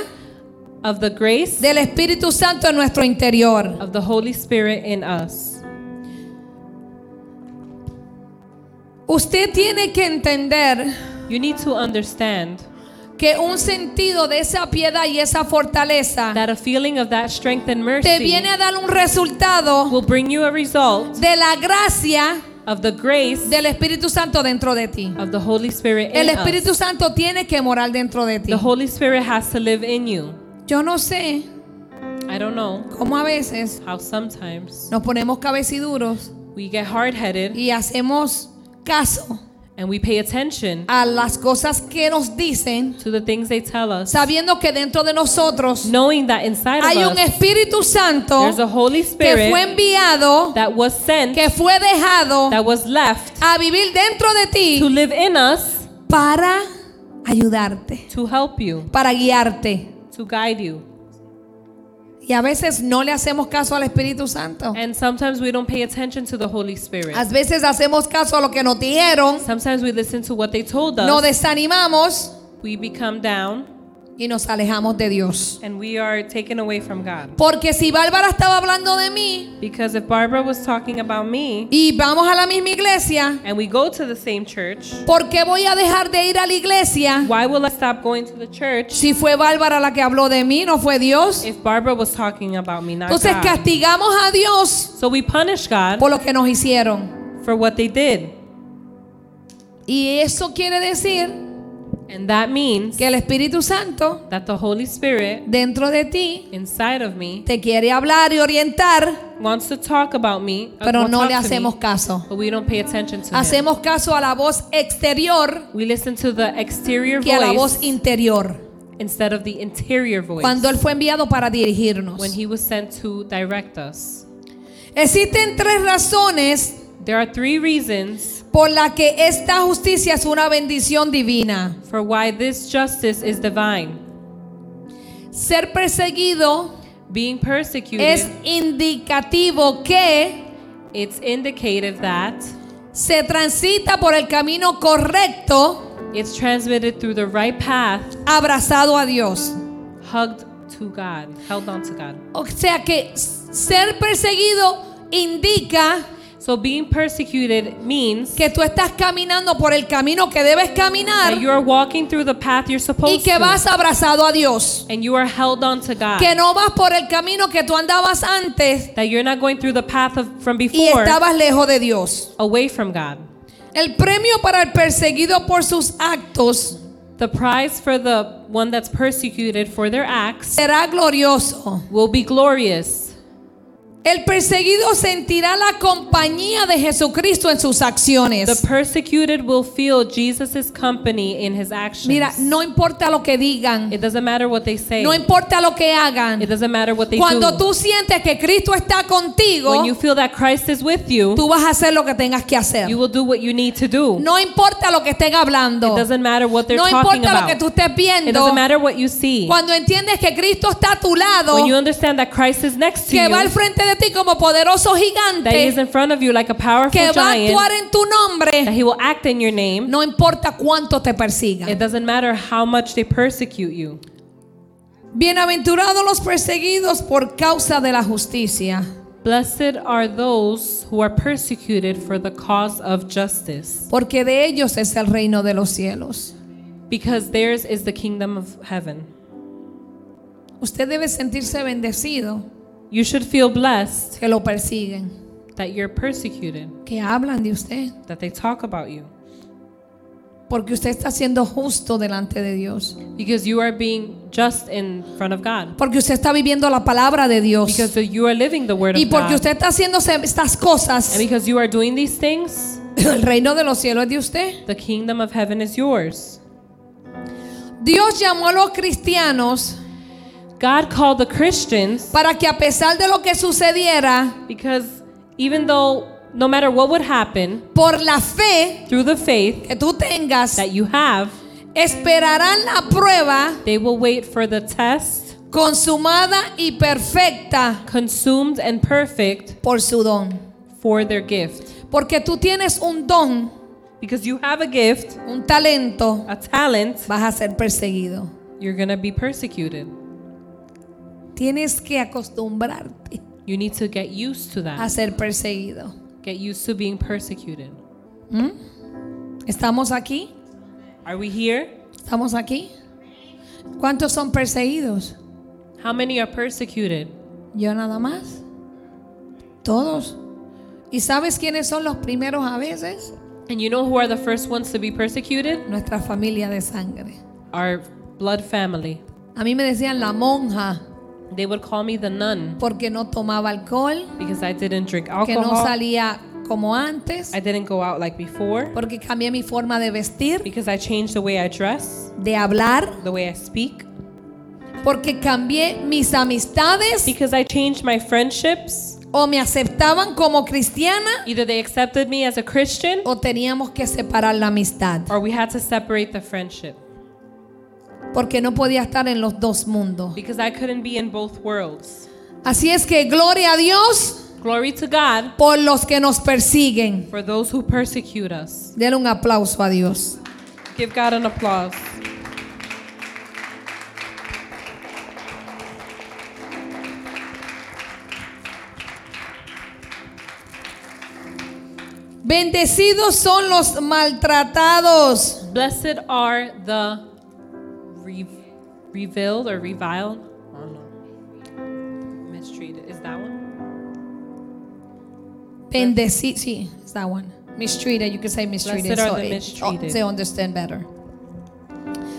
[SPEAKER 2] of the grace
[SPEAKER 3] del Espíritu Santo en nuestro interior.
[SPEAKER 2] of the Holy Spirit in us.
[SPEAKER 3] Usted tiene que entender
[SPEAKER 2] You need to understand
[SPEAKER 3] que un sentido de esa piedad y esa fortaleza
[SPEAKER 2] that a feeling of that strength and
[SPEAKER 3] te
[SPEAKER 2] mercy
[SPEAKER 3] viene a dar un resultado
[SPEAKER 2] will bring you a result
[SPEAKER 3] de la gracia
[SPEAKER 2] of the grace
[SPEAKER 3] del Espíritu Santo dentro de ti.
[SPEAKER 2] of the Holy Spirit
[SPEAKER 3] El
[SPEAKER 2] in us.
[SPEAKER 3] Espíritu Santo tiene que morar dentro de ti.
[SPEAKER 2] The Holy Spirit has to live in you.
[SPEAKER 3] Yo no sé
[SPEAKER 2] I don't know
[SPEAKER 3] cómo a veces
[SPEAKER 2] how sometimes
[SPEAKER 3] nos ponemos cabeciduros
[SPEAKER 2] we get hard headed
[SPEAKER 3] y hacemos caso
[SPEAKER 2] and we pay attention
[SPEAKER 3] a las cosas que nos dicen,
[SPEAKER 2] to the things they tell us,
[SPEAKER 3] sabiendo que dentro de nosotros
[SPEAKER 2] knowing that inside
[SPEAKER 3] hay
[SPEAKER 2] of
[SPEAKER 3] un
[SPEAKER 2] us
[SPEAKER 3] Espíritu Santo
[SPEAKER 2] there's a Holy
[SPEAKER 3] que fue
[SPEAKER 2] Spirit
[SPEAKER 3] enviado,
[SPEAKER 2] that was sent,
[SPEAKER 3] que fue dejado
[SPEAKER 2] that was left
[SPEAKER 3] a vivir dentro de
[SPEAKER 2] to
[SPEAKER 3] ti
[SPEAKER 2] live in us
[SPEAKER 3] para ayudarte,
[SPEAKER 2] to help you,
[SPEAKER 3] para guiarte.
[SPEAKER 2] to guide you.
[SPEAKER 3] Y a veces no le hacemos caso al Espíritu Santo.
[SPEAKER 2] And sometimes we don't pay attention to the Holy Spirit.
[SPEAKER 3] A veces hacemos caso a lo que nos dijeron,
[SPEAKER 2] Sometimes we listen to what they told
[SPEAKER 3] nos
[SPEAKER 2] us,
[SPEAKER 3] desanimamos
[SPEAKER 2] we become down,
[SPEAKER 3] y nos alejamos de Dios.
[SPEAKER 2] and we are taken away from God.
[SPEAKER 3] Porque si Bárbara estaba hablando de mí
[SPEAKER 2] Because if Barbara was talking about me,
[SPEAKER 3] y vamos a la misma iglesia,
[SPEAKER 2] and we go to the same church,
[SPEAKER 3] ¿por qué voy a dejar de ir a la iglesia?
[SPEAKER 2] why will I stop going to the church
[SPEAKER 3] Si fue Bárbara la que habló de mí, no fue Dios.
[SPEAKER 2] if Barbara was talking about me, not
[SPEAKER 3] Entonces
[SPEAKER 2] God?
[SPEAKER 3] castigamos a Dios
[SPEAKER 2] So we punish God
[SPEAKER 3] por lo que nos hicieron.
[SPEAKER 2] for what they did.
[SPEAKER 3] Y eso quiere decir
[SPEAKER 2] And that means
[SPEAKER 3] que el Espíritu Santo
[SPEAKER 2] that the Holy Spirit
[SPEAKER 3] dentro de ti
[SPEAKER 2] inside of me
[SPEAKER 3] te quiere hablar y orientar,
[SPEAKER 2] wants to talk about me, uh,
[SPEAKER 3] pero
[SPEAKER 2] will
[SPEAKER 3] no
[SPEAKER 2] talk
[SPEAKER 3] le
[SPEAKER 2] to me,
[SPEAKER 3] hacemos caso.
[SPEAKER 2] but we don't pay attention to him.
[SPEAKER 3] Hacemos caso a la voz exterior
[SPEAKER 2] We listen to the exterior
[SPEAKER 3] que a la voz
[SPEAKER 2] voice
[SPEAKER 3] interior.
[SPEAKER 2] instead of the interior voice
[SPEAKER 3] Cuando Él fue enviado para dirigirnos.
[SPEAKER 2] when he was sent to direct us.
[SPEAKER 3] Existen tres razones
[SPEAKER 2] There are three reasons
[SPEAKER 3] por las que esta justicia es una bendición divina.
[SPEAKER 2] for why this justice is divine.
[SPEAKER 3] Ser perseguido
[SPEAKER 2] Being persecuted
[SPEAKER 3] es indicativo que
[SPEAKER 2] It's indicative that
[SPEAKER 3] se transita por el camino correcto,
[SPEAKER 2] it's transmitted through the right path,
[SPEAKER 3] abrazado a Dios.
[SPEAKER 2] hugged to God, held on to God.
[SPEAKER 3] O sea que s- ser perseguido indica
[SPEAKER 2] So being persecuted means
[SPEAKER 3] que tú estás caminando por el camino que debes
[SPEAKER 2] that
[SPEAKER 3] caminar
[SPEAKER 2] you're walking through the path you're
[SPEAKER 3] y
[SPEAKER 2] supposed
[SPEAKER 3] que
[SPEAKER 2] to,
[SPEAKER 3] vas abrazado a Dios.
[SPEAKER 2] and you are held on to God.
[SPEAKER 3] Que no vas por el camino que tú andabas antes
[SPEAKER 2] That you're not going through the path of from
[SPEAKER 3] y
[SPEAKER 2] before,
[SPEAKER 3] estabas lejos de Dios.
[SPEAKER 2] away from God.
[SPEAKER 3] El premio para el perseguido por sus actos
[SPEAKER 2] The prize for the one that's persecuted for their acts
[SPEAKER 3] será glorioso.
[SPEAKER 2] will be glorious.
[SPEAKER 3] El perseguido sentirá la compañía de Jesucristo en sus
[SPEAKER 2] The
[SPEAKER 3] acciones.
[SPEAKER 2] persecuted will feel Jesus' company in his actions.
[SPEAKER 3] Mira, no importa lo que digan,
[SPEAKER 2] it doesn't matter what they say.
[SPEAKER 3] no importa lo que
[SPEAKER 2] It
[SPEAKER 3] hagan.
[SPEAKER 2] doesn't matter what they
[SPEAKER 3] Cuando
[SPEAKER 2] do.
[SPEAKER 3] tú sientes que Cristo está contigo,
[SPEAKER 2] when you feel that Christ is with you,
[SPEAKER 3] tú vas a hacer lo que tengas que hacer.
[SPEAKER 2] you will do what you need to do.
[SPEAKER 3] No importa lo que estén hablando,
[SPEAKER 2] it doesn't matter what they're
[SPEAKER 3] no
[SPEAKER 2] talking
[SPEAKER 3] importa lo que
[SPEAKER 2] about.
[SPEAKER 3] tú estés
[SPEAKER 2] it
[SPEAKER 3] viendo.
[SPEAKER 2] doesn't matter what you see.
[SPEAKER 3] Cuando entiendes que Cristo está a tu lado,
[SPEAKER 2] When you understand that Christ is next to
[SPEAKER 3] que va al
[SPEAKER 2] you,
[SPEAKER 3] frente de de ti como poderoso
[SPEAKER 2] that he is
[SPEAKER 3] gigante
[SPEAKER 2] in front of you like a
[SPEAKER 3] que
[SPEAKER 2] powerful
[SPEAKER 3] va a
[SPEAKER 2] giant,
[SPEAKER 3] actuar en tu
[SPEAKER 2] that
[SPEAKER 3] nombre,
[SPEAKER 2] he will act in your name.
[SPEAKER 3] no importa cuánto te persiga.
[SPEAKER 2] It doesn't matter how much they persecute you.
[SPEAKER 3] Bienaventurados los perseguidos por causa de la justicia,
[SPEAKER 2] Blessed are those who are persecuted for the cause of justice,
[SPEAKER 3] porque de ellos es el reino de los cielos.
[SPEAKER 2] because theirs is the kingdom of heaven.
[SPEAKER 3] Usted debe sentirse bendecido
[SPEAKER 2] You should feel blessed
[SPEAKER 3] que lo persiguen,
[SPEAKER 2] that you're persecuted,
[SPEAKER 3] que hablan de usted,
[SPEAKER 2] that they talk about you,
[SPEAKER 3] porque usted está siendo justo delante de Dios,
[SPEAKER 2] because you are being just in front of God,
[SPEAKER 3] porque usted está viviendo la palabra de Dios
[SPEAKER 2] because you are living the word
[SPEAKER 3] y
[SPEAKER 2] of
[SPEAKER 3] porque
[SPEAKER 2] God,
[SPEAKER 3] usted está haciendo se- estas
[SPEAKER 2] and
[SPEAKER 3] cosas.
[SPEAKER 2] because you are doing these things,
[SPEAKER 3] El reino de los cielos es de usted.
[SPEAKER 2] the kingdom of heaven is yours.
[SPEAKER 3] Dios llamó a los cristianos
[SPEAKER 2] God called the Christians
[SPEAKER 3] para que a pesar de lo que sucediera,
[SPEAKER 2] because even though no matter what would happen,
[SPEAKER 3] por la fe
[SPEAKER 2] through the faith
[SPEAKER 3] que tú tengas,
[SPEAKER 2] that you have,
[SPEAKER 3] esperarán la prueba
[SPEAKER 2] They will wait for the test,
[SPEAKER 3] consumada y perfecta
[SPEAKER 2] consumed and perfect,
[SPEAKER 3] por su don.
[SPEAKER 2] for their gift.
[SPEAKER 3] Porque tú tienes un don,
[SPEAKER 2] Because you have a gift,
[SPEAKER 3] un talento,
[SPEAKER 2] a talent,
[SPEAKER 3] vas a ser perseguido.
[SPEAKER 2] you're going to be persecuted.
[SPEAKER 3] Tienes que acostumbrarte
[SPEAKER 2] You need to get used to
[SPEAKER 3] a
[SPEAKER 2] that.
[SPEAKER 3] ser perseguido.
[SPEAKER 2] Get used to being persecuted.
[SPEAKER 3] ¿Estamos aquí?
[SPEAKER 2] Are we here?
[SPEAKER 3] ¿Estamos aquí? ¿Cuántos son perseguidos?
[SPEAKER 2] How many are persecuted?
[SPEAKER 3] Yo nada más. Todos. ¿Y sabes quiénes son los primeros a veces?
[SPEAKER 2] And you know who are the first ones to be persecuted?
[SPEAKER 3] Nuestra familia de sangre.
[SPEAKER 2] Our blood family.
[SPEAKER 3] A mí me decían la monja
[SPEAKER 2] They would call me the nun
[SPEAKER 3] porque no tomaba alcohol,
[SPEAKER 2] because I didn't drink
[SPEAKER 3] que no
[SPEAKER 2] alcohol.
[SPEAKER 3] salía como antes,
[SPEAKER 2] I didn't go out like before
[SPEAKER 3] porque cambié mi forma de vestir,
[SPEAKER 2] because I changed the way I dress,
[SPEAKER 3] de hablar,
[SPEAKER 2] the way I speak,
[SPEAKER 3] porque cambié mis amistades
[SPEAKER 2] because I changed my friendships.
[SPEAKER 3] o me aceptaban como cristiana
[SPEAKER 2] Either they accepted me as a Christian
[SPEAKER 3] o teníamos que separar la amistad,
[SPEAKER 2] or we had to separate the friendship
[SPEAKER 3] porque no podía estar en los dos mundos.
[SPEAKER 2] because I couldn't be in both worlds.
[SPEAKER 3] Así es que gloria a Dios
[SPEAKER 2] Glory to God
[SPEAKER 3] por los que nos persiguen.
[SPEAKER 2] for those who persecute us.
[SPEAKER 3] Denle un aplauso a Dios.
[SPEAKER 2] Give God an applause.
[SPEAKER 3] Bendecidos son los maltratados,
[SPEAKER 2] Blessed are the re- reviled or reviled. I don't know. Mistreated. Is that one?
[SPEAKER 3] bendecidos, sí, it's that one. Mistreated, you can say mistreated.
[SPEAKER 2] Blessed are
[SPEAKER 3] so
[SPEAKER 2] the
[SPEAKER 3] it-
[SPEAKER 2] mistreated.
[SPEAKER 3] oh, they understand better.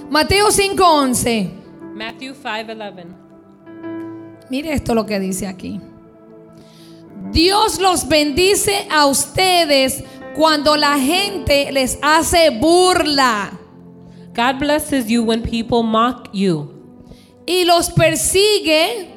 [SPEAKER 3] Mateo 5:11.
[SPEAKER 2] Matthew 5:11.
[SPEAKER 3] Mire esto lo que dice aquí. Dios los bendice a ustedes cuando la gente les hace burla
[SPEAKER 2] God blesses you when people mock you
[SPEAKER 3] y los persigue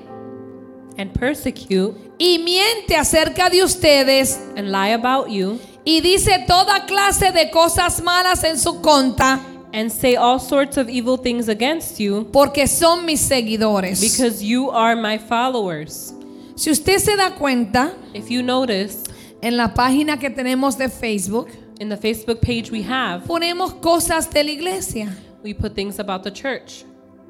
[SPEAKER 2] and persecute
[SPEAKER 3] y miente acerca de ustedes
[SPEAKER 2] and lie about you
[SPEAKER 3] y dice toda clase de cosas malas en su contra
[SPEAKER 2] and say all sorts of evil things against you.
[SPEAKER 3] porque son mis seguidores.
[SPEAKER 2] Because you are my followers.
[SPEAKER 3] si usted se da cuenta,
[SPEAKER 2] If you notice,
[SPEAKER 3] en la página que tenemos de Facebook,
[SPEAKER 2] in the Facebook page we have,
[SPEAKER 3] ponemos cosas de la iglesia,
[SPEAKER 2] we put things about the church.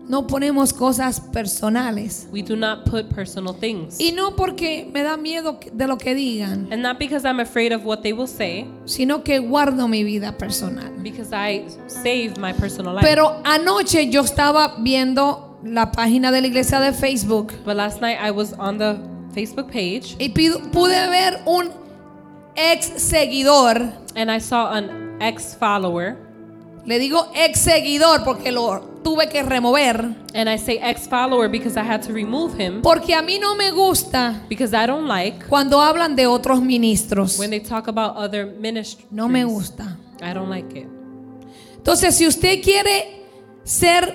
[SPEAKER 3] no ponemos cosas personales.
[SPEAKER 2] We do not put personal things.
[SPEAKER 3] Y no porque me da miedo que- de lo que digan,
[SPEAKER 2] And not because I'm afraid of what they will say,
[SPEAKER 3] sino que guardo mi vida personal.
[SPEAKER 2] because I save my personal life.
[SPEAKER 3] Pero anoche yo estaba viendo la página de la iglesia de Facebook
[SPEAKER 2] but last night I was on the Facebook page
[SPEAKER 3] y pido- pude ver un ex seguidor
[SPEAKER 2] and I saw an ex follower.
[SPEAKER 3] Le digo ex seguidor porque lo tuve que remover.
[SPEAKER 2] And I say ex follower because I had to remove him,
[SPEAKER 3] Porque a mí no me gusta
[SPEAKER 2] because I don't like
[SPEAKER 3] cuando hablan de otros ministros.
[SPEAKER 2] when they talk about other ministries.
[SPEAKER 3] No me gusta.
[SPEAKER 2] I don't like it.
[SPEAKER 3] Entonces, si usted quiere ser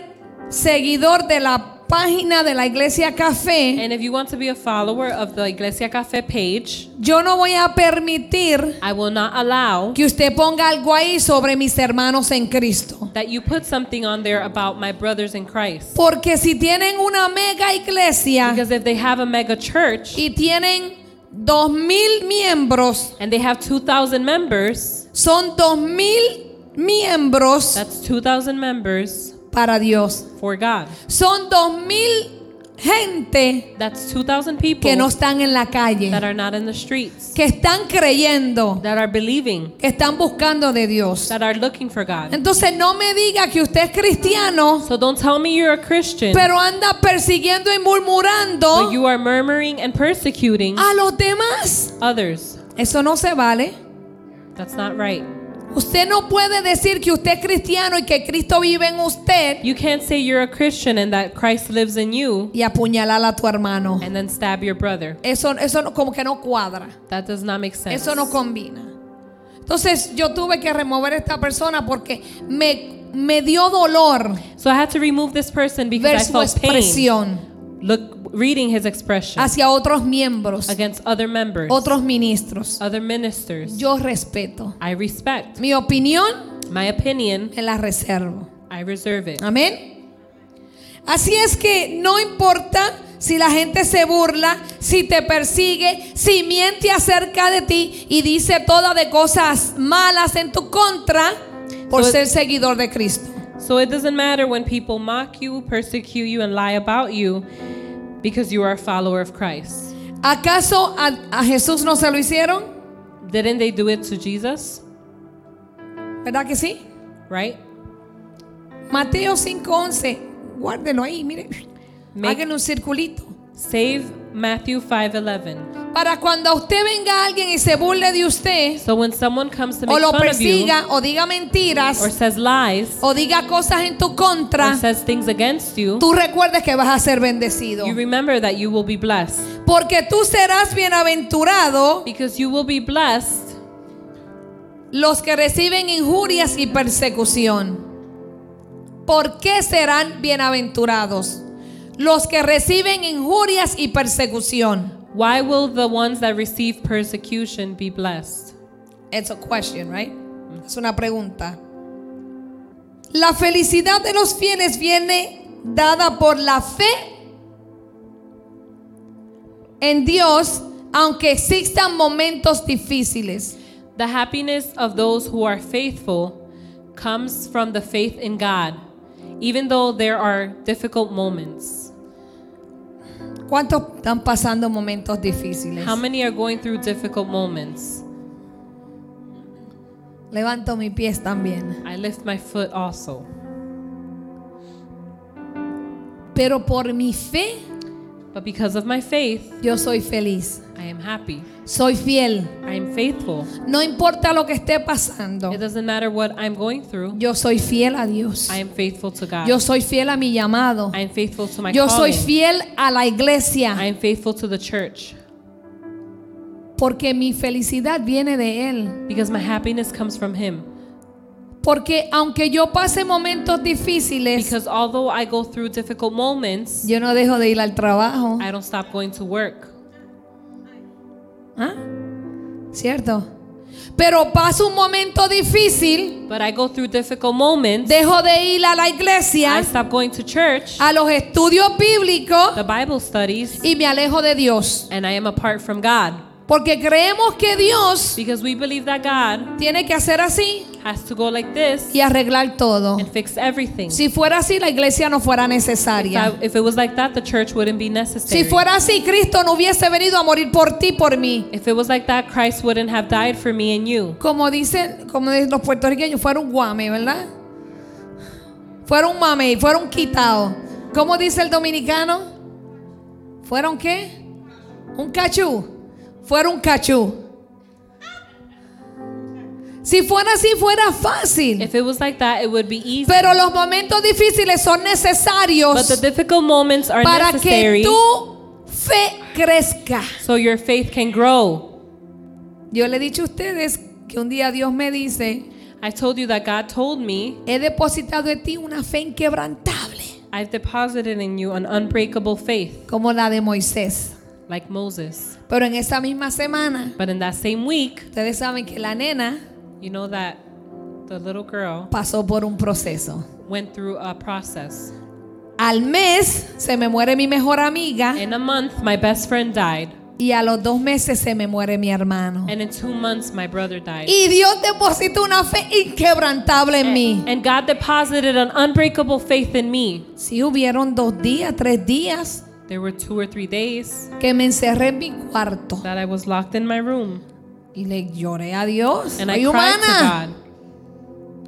[SPEAKER 3] seguidor de la página de la iglesia Café,
[SPEAKER 2] And if you want to be a follower of the Iglesia Cafe page,
[SPEAKER 3] yo no voy a permitir
[SPEAKER 2] I will not allow
[SPEAKER 3] que usted ponga algo ahí sobre mis hermanos en Cristo.
[SPEAKER 2] that you put something on there about my brothers in Christ.
[SPEAKER 3] Porque si tienen una mega iglesia
[SPEAKER 2] Because if they have a mega church
[SPEAKER 3] y tienen dos mil miembros,
[SPEAKER 2] and they have 2,000 members.
[SPEAKER 3] son dos mil miembros
[SPEAKER 2] That's 2,000 members
[SPEAKER 3] para Dios.
[SPEAKER 2] for God.
[SPEAKER 3] Son dos mil gente
[SPEAKER 2] That's 2,000 people
[SPEAKER 3] que no están en la calle,
[SPEAKER 2] that are not in the streets,
[SPEAKER 3] que están creyendo,
[SPEAKER 2] that are believing,
[SPEAKER 3] que están buscando de Dios.
[SPEAKER 2] that are looking for God.
[SPEAKER 3] Entonces no me diga que usted es cristiano,
[SPEAKER 2] So don't tell me you're a Christian,
[SPEAKER 3] pero anda persiguiendo y
[SPEAKER 2] but
[SPEAKER 3] murmurando
[SPEAKER 2] you are murmuring and persecuting
[SPEAKER 3] a los demás.
[SPEAKER 2] others.
[SPEAKER 3] Eso no se vale.
[SPEAKER 2] That's not right.
[SPEAKER 3] Usted no puede decir que usted es cristiano y que Cristo vive en usted
[SPEAKER 2] You can't say you're a Christian and that Christ lives in you
[SPEAKER 3] y apuñalar a tu hermano.
[SPEAKER 2] and then stab your brother.
[SPEAKER 3] Eso, eso no- como que no cuadra.
[SPEAKER 2] That does not make sense.
[SPEAKER 3] Eso no combina. Entonces yo tuve que remover a esta persona porque me, me dio dolor
[SPEAKER 2] So I had to remove this person
[SPEAKER 3] ver
[SPEAKER 2] because I
[SPEAKER 3] su
[SPEAKER 2] felt pain.
[SPEAKER 3] expresión
[SPEAKER 2] Look, reading his expression
[SPEAKER 3] hacia otros miembros,
[SPEAKER 2] against other members,
[SPEAKER 3] otros ministros.
[SPEAKER 2] other ministers.
[SPEAKER 3] Yo respeto.
[SPEAKER 2] I respect.
[SPEAKER 3] Mi opinión
[SPEAKER 2] My opinion,
[SPEAKER 3] me la reservo.
[SPEAKER 2] I reserve it.
[SPEAKER 3] Amén. Así es que no importa si la gente se burla, si te persigue, si miente acerca de ti y dice toda de cosas malas en tu contra por
[SPEAKER 2] So it-
[SPEAKER 3] ser seguidor de Cristo.
[SPEAKER 2] So it doesn't matter when people mock you, persecute you, and lie about you because you are a follower of Christ.
[SPEAKER 3] ¿Acaso a, a Jesús no se lo hicieron?
[SPEAKER 2] Didn't they do it to Jesus?
[SPEAKER 3] ¿Verdad que sí?
[SPEAKER 2] Right?
[SPEAKER 3] Mateo 5:11, guárdelo ahí, mire.
[SPEAKER 2] Make-
[SPEAKER 3] Háganle un circulito.
[SPEAKER 2] Save Matthew 5:11.
[SPEAKER 3] Para cuando a usted venga alguien y se burle de usted,
[SPEAKER 2] So when someone comes to
[SPEAKER 3] o
[SPEAKER 2] make
[SPEAKER 3] lo
[SPEAKER 2] fun of you
[SPEAKER 3] persiga, o diga mentiras,
[SPEAKER 2] or says lies
[SPEAKER 3] o diga cosas en tu
[SPEAKER 2] or
[SPEAKER 3] contra,
[SPEAKER 2] says things against you,
[SPEAKER 3] tú recuerdes que vas a ser bendecido.
[SPEAKER 2] you remember that you will be blessed
[SPEAKER 3] Porque tú serás bienaventurado
[SPEAKER 2] because you will be blessed
[SPEAKER 3] los que reciben injurias y persecución. ¿Por qué serán bienaventurados los que reciben injurias y persecución?
[SPEAKER 2] Why will the ones that receive persecution be blessed?
[SPEAKER 3] It's a question, right? Es una pregunta. La felicidad de los fieles viene dada por la fe en Dios, aunque existan momentos difíciles.
[SPEAKER 2] The happiness of those who are faithful comes from the faith in God, even though there are difficult moments.
[SPEAKER 3] ¿Cuántos están pasando momentos difíciles?
[SPEAKER 2] How many are going through difficult moments?
[SPEAKER 3] Levanto mis pies también.
[SPEAKER 2] I lift my foot also.
[SPEAKER 3] Pero por mi fe
[SPEAKER 2] But because of my faith,
[SPEAKER 3] yo soy feliz.
[SPEAKER 2] I am happy.
[SPEAKER 3] Soy fiel.
[SPEAKER 2] I am faithful.
[SPEAKER 3] No importa lo que esté pasando.
[SPEAKER 2] It doesn't matter what I'm going through.
[SPEAKER 3] Yo soy fiel a Dios.
[SPEAKER 2] I am faithful to God.
[SPEAKER 3] Yo soy fiel a mi llamado.
[SPEAKER 2] I am faithful to my
[SPEAKER 3] Yo soy
[SPEAKER 2] calling.
[SPEAKER 3] fiel a la
[SPEAKER 2] I
[SPEAKER 3] iglesia.
[SPEAKER 2] am faithful to the church
[SPEAKER 3] Porque mi felicidad viene de Él.
[SPEAKER 2] because my happiness comes from him.
[SPEAKER 3] Porque aunque yo pase momentos difíciles,
[SPEAKER 2] Because although I go through difficult moments,
[SPEAKER 3] yo no dejo de ir al trabajo.
[SPEAKER 2] I don't stop going to work.
[SPEAKER 3] ¿Ah? ¿Cierto? Pero paso un momento difícil.
[SPEAKER 2] But I go through difficult moments.
[SPEAKER 3] Dejo de ir a la
[SPEAKER 2] I
[SPEAKER 3] iglesia,
[SPEAKER 2] stop going to church,
[SPEAKER 3] a los estudios bíblicos
[SPEAKER 2] the Bible studies,
[SPEAKER 3] y me alejo de Dios.
[SPEAKER 2] and I am apart from God.
[SPEAKER 3] Porque creemos que Dios
[SPEAKER 2] Because we believe that God
[SPEAKER 3] tiene que hacer así
[SPEAKER 2] has to go like this
[SPEAKER 3] y arreglar todo.
[SPEAKER 2] and fix everything.
[SPEAKER 3] Si fuera así, la iglesia no fuera
[SPEAKER 2] If,
[SPEAKER 3] necesaria.
[SPEAKER 2] that- if it was like that, the church wouldn't be
[SPEAKER 3] Si
[SPEAKER 2] necessary.
[SPEAKER 3] fuera así, Cristo no hubiese venido a morir por ti, por mí.
[SPEAKER 2] If it was like that, Christ wouldn't have died for me and you.
[SPEAKER 3] Como dicen, como dicen los puertorriqueños, fueron guame, ¿verdad? Fueron mame, fueron quitados. ¿Cómo dice el dominicano? ¿Fueron qué? Un cachú. Fueron un cachú. Si fuera así, fuera fácil.
[SPEAKER 2] If it was like that, it would be easy.
[SPEAKER 3] Pero los momentos difíciles son
[SPEAKER 2] But the
[SPEAKER 3] necesarios
[SPEAKER 2] difficult moments are
[SPEAKER 3] para que
[SPEAKER 2] necessary
[SPEAKER 3] tu fe crezca.
[SPEAKER 2] so your faith can grow.
[SPEAKER 3] Yo le he dicho a ustedes que un día Dios me dice,
[SPEAKER 2] I told you that God told me
[SPEAKER 3] he depositado en ti una fe inquebrantable,
[SPEAKER 2] I've deposited in you an unbreakable faith,
[SPEAKER 3] como la de Moisés.
[SPEAKER 2] like Moses.
[SPEAKER 3] Pero en esa misma semana,
[SPEAKER 2] But in that same week,
[SPEAKER 3] ustedes saben que la nena
[SPEAKER 2] you know that the little girl
[SPEAKER 3] pasó por un proceso.
[SPEAKER 2] went through a process.
[SPEAKER 3] Al mes se me muere mi mejor amiga
[SPEAKER 2] In a month, my best friend died,
[SPEAKER 3] Y a los dos meses se me muere mi hermano.
[SPEAKER 2] And in two months, my brother died.
[SPEAKER 3] Y Dios depositó una fe inquebrantable en mí.
[SPEAKER 2] And God deposited an unbreakable faith in me.
[SPEAKER 3] Si hubieron dos días, tres días
[SPEAKER 2] There were two or three days
[SPEAKER 3] que me encerré en mi cuarto
[SPEAKER 2] that I was locked in my room
[SPEAKER 3] y le lloré a Dios.
[SPEAKER 2] and I
[SPEAKER 3] Soy
[SPEAKER 2] cried
[SPEAKER 3] humana.
[SPEAKER 2] to God.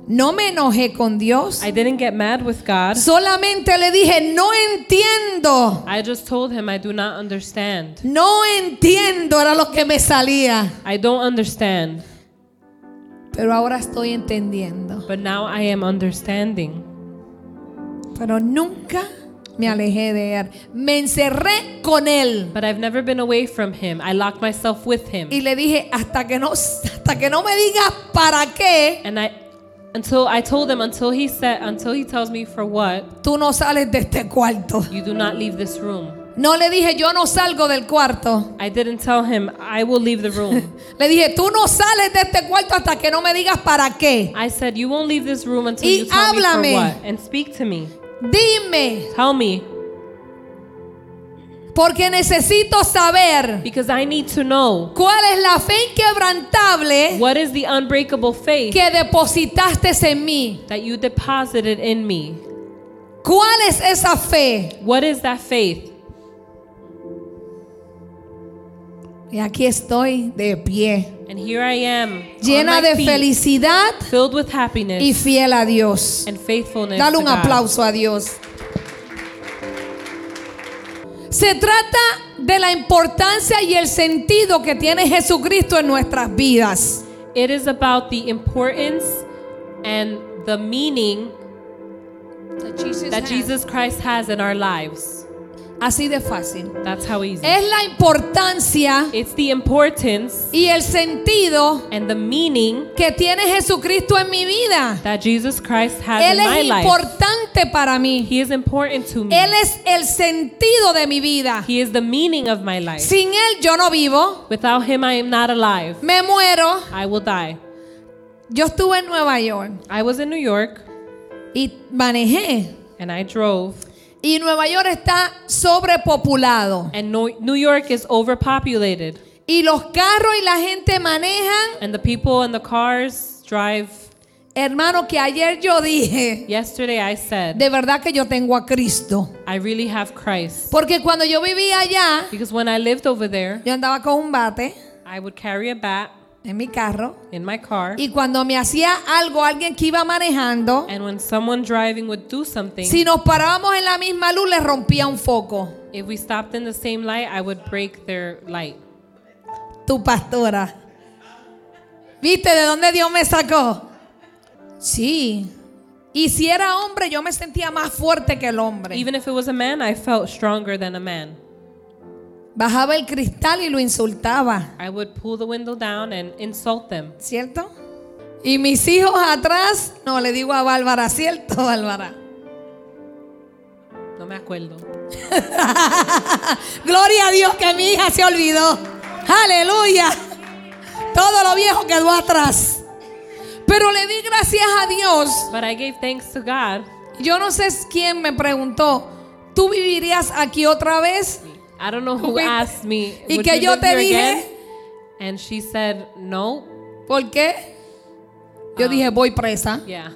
[SPEAKER 3] No me enojé con Dios.
[SPEAKER 2] I didn't get mad with God.
[SPEAKER 3] Solamente le dije, no entiendo.
[SPEAKER 2] I just told him I do not understand.
[SPEAKER 3] No entiendo era lo que me salía.
[SPEAKER 2] I don't understand,
[SPEAKER 3] Pero ahora estoy entendiendo.
[SPEAKER 2] but now I am understanding.
[SPEAKER 3] Pero nunca me alejé de él. Me encerré con él.
[SPEAKER 2] But I've never been away from him. I locked myself with him.
[SPEAKER 3] Y le dije, hasta que no, hasta que no me digas para qué,
[SPEAKER 2] And I until I told him until he said until he tells me for what,
[SPEAKER 3] tú no sales de este cuarto.
[SPEAKER 2] you do not leave this room.
[SPEAKER 3] No le dije, yo no salgo del cuarto.
[SPEAKER 2] I didn't tell him I will leave the
[SPEAKER 3] [LAUGHS]
[SPEAKER 2] room.
[SPEAKER 3] Le dije, tú no sales de este cuarto hasta que no me digas para qué.
[SPEAKER 2] I said you won't leave this room until
[SPEAKER 3] Y
[SPEAKER 2] you tell me
[SPEAKER 3] háblame.
[SPEAKER 2] for what and speak to me.
[SPEAKER 3] Dime,
[SPEAKER 2] Tell me
[SPEAKER 3] porque necesito saber
[SPEAKER 2] because I need to know
[SPEAKER 3] cuál es la fe inquebrantable
[SPEAKER 2] what is the unbreakable faith
[SPEAKER 3] que depositaste en mí.
[SPEAKER 2] that you deposited in me.
[SPEAKER 3] ¿Cuál es esa fe?
[SPEAKER 2] What is that faith?
[SPEAKER 3] Y aquí estoy de pie,
[SPEAKER 2] And here I am,
[SPEAKER 3] llena
[SPEAKER 2] on my
[SPEAKER 3] de
[SPEAKER 2] feet,
[SPEAKER 3] felicidad
[SPEAKER 2] filled with happiness
[SPEAKER 3] y fiel a Dios.
[SPEAKER 2] and faithfulness.
[SPEAKER 3] Dale
[SPEAKER 2] to
[SPEAKER 3] un
[SPEAKER 2] God.
[SPEAKER 3] aplauso a Dios. Se trata de la importancia y el sentido que tiene Jesucristo en nuestras vidas.
[SPEAKER 2] It is about the importance and the meaning that Jesus Christ has in our lives.
[SPEAKER 3] Así de fácil.
[SPEAKER 2] That's how easy.
[SPEAKER 3] Es la importancia
[SPEAKER 2] It's the importance
[SPEAKER 3] y el sentido
[SPEAKER 2] and the meaning
[SPEAKER 3] que tiene Jesucristo en mi vida.
[SPEAKER 2] that Jesus Christ has
[SPEAKER 3] Él
[SPEAKER 2] in my
[SPEAKER 3] es
[SPEAKER 2] life.
[SPEAKER 3] importante para mí.
[SPEAKER 2] He is important to me.
[SPEAKER 3] Él es el sentido de mi vida.
[SPEAKER 2] He is the meaning of my life.
[SPEAKER 3] Sin Él yo no vivo.
[SPEAKER 2] Without him, I am not alive.
[SPEAKER 3] Me muero.
[SPEAKER 2] I will die.
[SPEAKER 3] Yo estuve en Nueva York
[SPEAKER 2] I was in New York
[SPEAKER 3] y manejé.
[SPEAKER 2] and I drove,
[SPEAKER 3] Y Nueva York está sobrepopulado.
[SPEAKER 2] and no- New York is overpopulated,
[SPEAKER 3] Y los carros y la gente manejan.
[SPEAKER 2] and the people in the cars drive.
[SPEAKER 3] Hermano, que ayer yo dije,
[SPEAKER 2] Yesterday, I said,
[SPEAKER 3] de verdad que yo tengo a Cristo.
[SPEAKER 2] I really have Christ.
[SPEAKER 3] Porque cuando yo vivía allá,
[SPEAKER 2] Because when I lived over there,
[SPEAKER 3] yo andaba con un bate
[SPEAKER 2] I would carry a bat
[SPEAKER 3] en mi carro.
[SPEAKER 2] in my car.
[SPEAKER 3] Y cuando me hacía algo alguien que iba manejando,
[SPEAKER 2] And when someone driving would do something,
[SPEAKER 3] si nos parábamos en la misma luz, le rompía un foco.
[SPEAKER 2] if we stopped in the same light, I would break their light.
[SPEAKER 3] tu pastora. ¿Viste de dónde Dios me sacó? Sí. Y si era hombre, yo me sentía más fuerte que el hombre.
[SPEAKER 2] Even if it was a man, I felt stronger than a man.
[SPEAKER 3] Bajaba el cristal y lo insultaba,
[SPEAKER 2] I would pull the window down and insult them.
[SPEAKER 3] ¿cierto? Y mis hijos atrás, no le digo a Bárbara, ¿cierto, Bárbara?
[SPEAKER 2] No me acuerdo.
[SPEAKER 3] Gloria a Dios que mi hija se olvidó. Aleluya. Todo lo viejo quedó atrás. Pero le di gracias a Dios
[SPEAKER 2] But I gave thanks to God.
[SPEAKER 3] Yo no sé quién me preguntó, ¿tú vivirías aquí otra vez?
[SPEAKER 2] I don't know who
[SPEAKER 3] Wait.
[SPEAKER 2] asked me.
[SPEAKER 3] Y
[SPEAKER 2] "Would
[SPEAKER 3] que
[SPEAKER 2] you
[SPEAKER 3] yo
[SPEAKER 2] live
[SPEAKER 3] te
[SPEAKER 2] here
[SPEAKER 3] dije-
[SPEAKER 2] again?" And she said, no.
[SPEAKER 3] ¿Por qué?
[SPEAKER 2] Ah.
[SPEAKER 3] Yo dije, voy presa.
[SPEAKER 2] Yeah.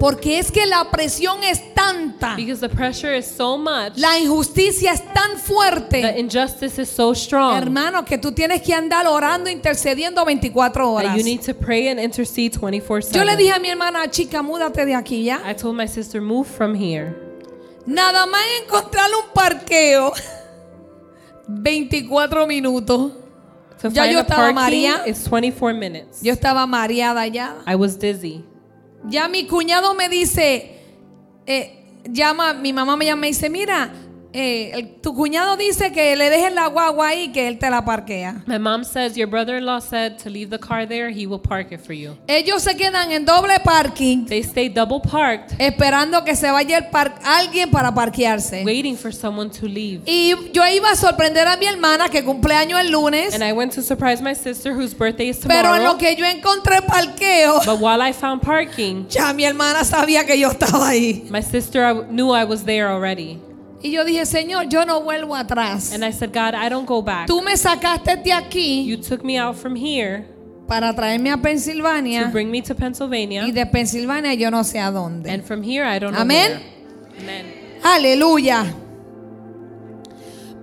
[SPEAKER 3] Porque es que la presión es tanta,
[SPEAKER 2] Because the pressure is so much.
[SPEAKER 3] la injusticia es tan
[SPEAKER 2] The
[SPEAKER 3] fuerte,
[SPEAKER 2] injustice is so strong
[SPEAKER 3] hermano, que tú tienes que andar orando, intercediendo 24
[SPEAKER 2] that
[SPEAKER 3] horas.
[SPEAKER 2] you need to pray and intercede 24
[SPEAKER 3] Yo le
[SPEAKER 2] 7.
[SPEAKER 3] dije a mi hermana, chica, múdate de aquí ya.
[SPEAKER 2] I told my sister, move from here.
[SPEAKER 3] Nada más encontrar un parqueo, 24 minutos.
[SPEAKER 2] To
[SPEAKER 3] Ya
[SPEAKER 2] find
[SPEAKER 3] yo
[SPEAKER 2] a parking
[SPEAKER 3] estaba mareada.
[SPEAKER 2] is 24 minutes.
[SPEAKER 3] Yo estaba mareada ya.
[SPEAKER 2] I was dizzy.
[SPEAKER 3] Ya mi cuñado me dice, eh, llama, mi mamá me llama y dice, mira, eh, el- tu cuñado dice que le dejes la guagua ahí, que él te la parquea.
[SPEAKER 2] My mom says your brother-in-law said to leave the car there. He will park it for you.
[SPEAKER 3] Ellos se quedan en doble parking,
[SPEAKER 2] They stay double parked,
[SPEAKER 3] esperando que se vaya el par- alguien para parquearse.
[SPEAKER 2] waiting for someone to leave.
[SPEAKER 3] Y yo iba a sorprender a mi hermana que cumpleaños el lunes,
[SPEAKER 2] And I went to surprise my sister whose birthday is
[SPEAKER 3] pero en lo
[SPEAKER 2] tomorrow.
[SPEAKER 3] que yo encontré parqueo,
[SPEAKER 2] But while I found parking,
[SPEAKER 3] ya mi hermana sabía que yo estaba ahí.
[SPEAKER 2] my sister I w- knew I was there already.
[SPEAKER 3] Y yo dije, Señor, yo no vuelvo atrás.
[SPEAKER 2] And I said, God, I don't go back.
[SPEAKER 3] Tú me sacaste de aquí
[SPEAKER 2] You took me out from here
[SPEAKER 3] para traerme a
[SPEAKER 2] to
[SPEAKER 3] Pensilvania
[SPEAKER 2] bring me to Pennsylvania.
[SPEAKER 3] y de Pensilvania yo no sé a dónde.
[SPEAKER 2] And from here, I don't know.
[SPEAKER 3] Amen.
[SPEAKER 2] where. Amen.
[SPEAKER 3] Aleluya.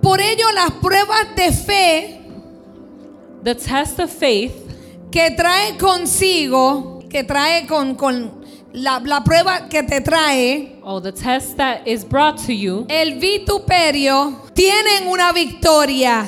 [SPEAKER 3] Por ello las pruebas de fe
[SPEAKER 2] The test of faith
[SPEAKER 3] que trae consigo, que trae con, con la, la prueba que te trae,
[SPEAKER 2] Oh, the test that is brought to you,
[SPEAKER 3] el vituperio, tienen una victoria.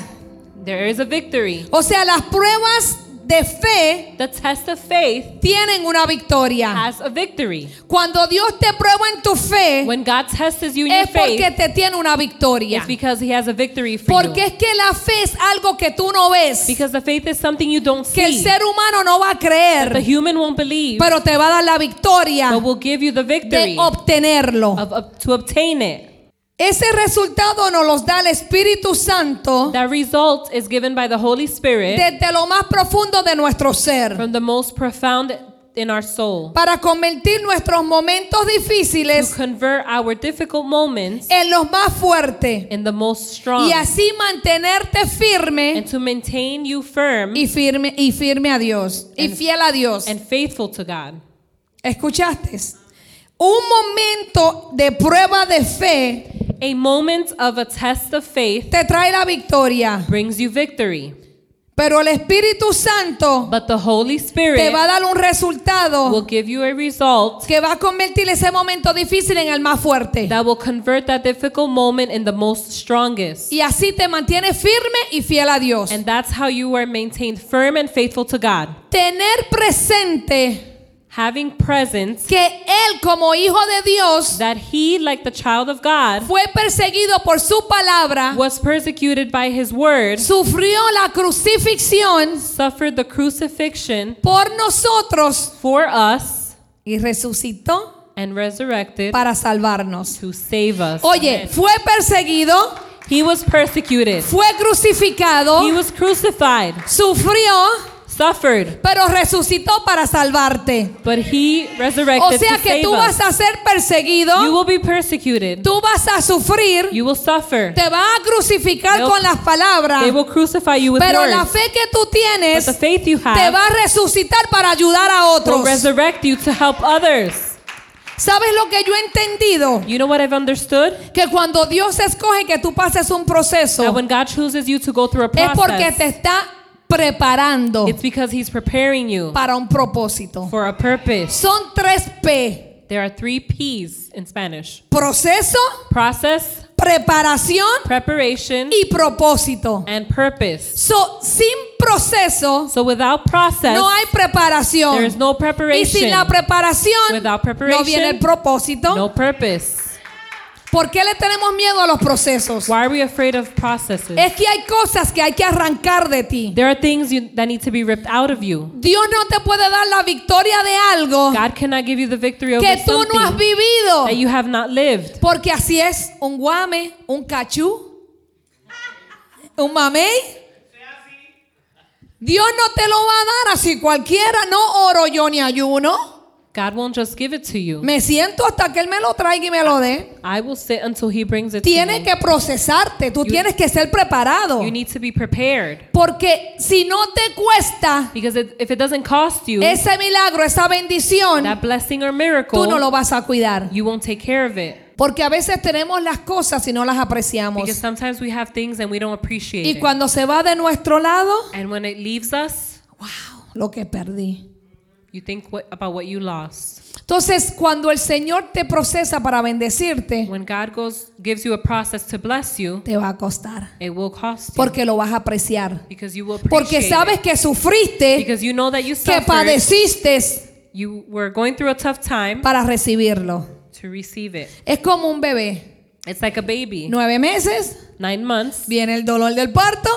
[SPEAKER 2] there is a victory.
[SPEAKER 3] O sea, las pruebas de fe
[SPEAKER 2] The test of faith
[SPEAKER 3] tienen una victoria.
[SPEAKER 2] has a victory.
[SPEAKER 3] Cuando Dios te prueba en tu fe,
[SPEAKER 2] When God tests you in your
[SPEAKER 3] es Eh. porque
[SPEAKER 2] faith,
[SPEAKER 3] te tiene una victoria.
[SPEAKER 2] it's because He has a victory for
[SPEAKER 3] Porque
[SPEAKER 2] you.
[SPEAKER 3] es que la fe es algo que tú no ves,
[SPEAKER 2] Because the faith is something you don't
[SPEAKER 3] que el
[SPEAKER 2] see.
[SPEAKER 3] ser humano no va a
[SPEAKER 2] The
[SPEAKER 3] creer,
[SPEAKER 2] human won't believe,
[SPEAKER 3] pero te va a dar la victoria
[SPEAKER 2] but will give you the
[SPEAKER 3] ah, de
[SPEAKER 2] victory
[SPEAKER 3] obtenerlo.
[SPEAKER 2] of, of- to obtain it.
[SPEAKER 3] Ese resultado nos los da el Espíritu Santo
[SPEAKER 2] That result is given by the Holy Spirit
[SPEAKER 3] desde lo más profundo de nuestro ser
[SPEAKER 2] from the most profound in our soul
[SPEAKER 3] para convertir nuestros momentos
[SPEAKER 2] to
[SPEAKER 3] difíciles
[SPEAKER 2] convert our difficult moments
[SPEAKER 3] en los más fuertes.
[SPEAKER 2] in the most strong
[SPEAKER 3] y así mantenerte firme
[SPEAKER 2] and to maintain you firm
[SPEAKER 3] y firme y firme a Dios y fiel a Dios.
[SPEAKER 2] and faithful to God.
[SPEAKER 3] ¿Escuchaste? Un momento de prueba de fe
[SPEAKER 2] A moment of a test of faith
[SPEAKER 3] te trae la victoria,
[SPEAKER 2] brings you victory,
[SPEAKER 3] pero el Espíritu Santo
[SPEAKER 2] but the Holy
[SPEAKER 3] te
[SPEAKER 2] Spirit
[SPEAKER 3] va a dar un
[SPEAKER 2] will
[SPEAKER 3] resultado
[SPEAKER 2] give you a result
[SPEAKER 3] que va a convertir ese momento difícil en el más fuerte.
[SPEAKER 2] that will convert that difficult moment in the most strongest.
[SPEAKER 3] Y así te mantienes firme y fiel a Dios.
[SPEAKER 2] And that's how you are maintained firm and faithful to God.
[SPEAKER 3] Tener presente
[SPEAKER 2] Having presence
[SPEAKER 3] que Él como hijo de Dios
[SPEAKER 2] that he, like the child of God,
[SPEAKER 3] fue perseguido por su palabra.
[SPEAKER 2] was persecuted by his word,
[SPEAKER 3] sufrió la crucifixión
[SPEAKER 2] suffered the crucifixion
[SPEAKER 3] por nosotros
[SPEAKER 2] for us,
[SPEAKER 3] y resucitó
[SPEAKER 2] and resurrected
[SPEAKER 3] para salvarnos.
[SPEAKER 2] to save us.
[SPEAKER 3] Oye, fue perseguido,
[SPEAKER 2] He was persecuted.
[SPEAKER 3] fue crucificado,
[SPEAKER 2] He was crucified,
[SPEAKER 3] sufrió,
[SPEAKER 2] suffered,
[SPEAKER 3] pero resucitó para salvarte.
[SPEAKER 2] but he
[SPEAKER 3] O
[SPEAKER 2] resurrected
[SPEAKER 3] sea
[SPEAKER 2] to
[SPEAKER 3] que
[SPEAKER 2] save
[SPEAKER 3] tú vas
[SPEAKER 2] us.
[SPEAKER 3] a ser
[SPEAKER 2] You
[SPEAKER 3] perseguido,
[SPEAKER 2] will be persecuted.
[SPEAKER 3] tú vas a sufrir,
[SPEAKER 2] You will suffer.
[SPEAKER 3] te van a crucificar
[SPEAKER 2] They'll-
[SPEAKER 3] con las palabras,
[SPEAKER 2] They will crucify you with
[SPEAKER 3] pero la
[SPEAKER 2] words.
[SPEAKER 3] fe que tú
[SPEAKER 2] But
[SPEAKER 3] tienes
[SPEAKER 2] the faith you
[SPEAKER 3] te
[SPEAKER 2] have
[SPEAKER 3] va a resucitar para ayudar a
[SPEAKER 2] will
[SPEAKER 3] otros.
[SPEAKER 2] resurrect you to help others.
[SPEAKER 3] ¿Sabes lo que yo he entendido?
[SPEAKER 2] You know what I've understood?
[SPEAKER 3] que cuando Dios escoge que tú pases un proceso
[SPEAKER 2] That when God chooses you to go through a
[SPEAKER 3] es porque
[SPEAKER 2] process,
[SPEAKER 3] te está preparando
[SPEAKER 2] It's because he's preparing you
[SPEAKER 3] para un propósito.
[SPEAKER 2] for a purpose.
[SPEAKER 3] Son tres P.
[SPEAKER 2] There are three P's in Spanish
[SPEAKER 3] Proceso,
[SPEAKER 2] process,
[SPEAKER 3] preparación
[SPEAKER 2] preparation,
[SPEAKER 3] y propósito.
[SPEAKER 2] and purpose.
[SPEAKER 3] So, sin proceso
[SPEAKER 2] So without process,
[SPEAKER 3] no hay
[SPEAKER 2] there is
[SPEAKER 3] preparación.
[SPEAKER 2] no
[SPEAKER 3] Y
[SPEAKER 2] preparation,
[SPEAKER 3] sin la preparación
[SPEAKER 2] Without preparation,
[SPEAKER 3] no viene el propósito.
[SPEAKER 2] no purpose.
[SPEAKER 3] ¿Por qué le tenemos miedo a los procesos?
[SPEAKER 2] Why are we afraid of processes?
[SPEAKER 3] Es que hay cosas que hay que arrancar de ti.
[SPEAKER 2] There are things you, that need to be ripped out of you.
[SPEAKER 3] Dios no te puede dar la victoria de algo
[SPEAKER 2] God cannot give you the victory over
[SPEAKER 3] que tú no has
[SPEAKER 2] something
[SPEAKER 3] vivido.
[SPEAKER 2] that you have not lived.
[SPEAKER 3] Porque así es un guame, un cachú, un mamey. Dios no te lo va a dar así cualquiera. No oro yo ni ayuno.
[SPEAKER 2] God won't just give it to you.
[SPEAKER 3] Me siento hasta que Él me lo traiga y me lo dé.
[SPEAKER 2] I will sit until He brings it to
[SPEAKER 3] Tienes
[SPEAKER 2] me.
[SPEAKER 3] que procesarte. Tú tienes que ser preparado.
[SPEAKER 2] You need to be prepared
[SPEAKER 3] Porque si no te cuesta
[SPEAKER 2] because it, if it doesn't cost you,
[SPEAKER 3] ese milagro, esa bendición,
[SPEAKER 2] that blessing or
[SPEAKER 3] tú
[SPEAKER 2] miracle,
[SPEAKER 3] no lo vas a cuidar.
[SPEAKER 2] you won't take care of it.
[SPEAKER 3] Porque a veces tenemos las cosas y no las apreciamos.
[SPEAKER 2] Because sometimes we have things and we don't appreciate
[SPEAKER 3] Y
[SPEAKER 2] it.
[SPEAKER 3] cuando se va de nuestro lado,
[SPEAKER 2] and when it leaves us,
[SPEAKER 3] wow, lo que perdí.
[SPEAKER 2] you think what, about what you lost.
[SPEAKER 3] Entonces, cuando el Señor te procesa para bendecirte,
[SPEAKER 2] When God goes gives you a process to bless you,
[SPEAKER 3] te va a costar.
[SPEAKER 2] it will cost you
[SPEAKER 3] Porque lo vas a apreciar.
[SPEAKER 2] because you will appreciate
[SPEAKER 3] Porque sabes
[SPEAKER 2] it.
[SPEAKER 3] que sufriste,
[SPEAKER 2] Because you know that you
[SPEAKER 3] que
[SPEAKER 2] suffered,
[SPEAKER 3] padeciste
[SPEAKER 2] you were going through a tough time
[SPEAKER 3] para recibirlo.
[SPEAKER 2] to receive it.
[SPEAKER 3] Es como un bebé.
[SPEAKER 2] It's like a baby.
[SPEAKER 3] Nueve meses,
[SPEAKER 2] Nine months,
[SPEAKER 3] viene el dolor del parto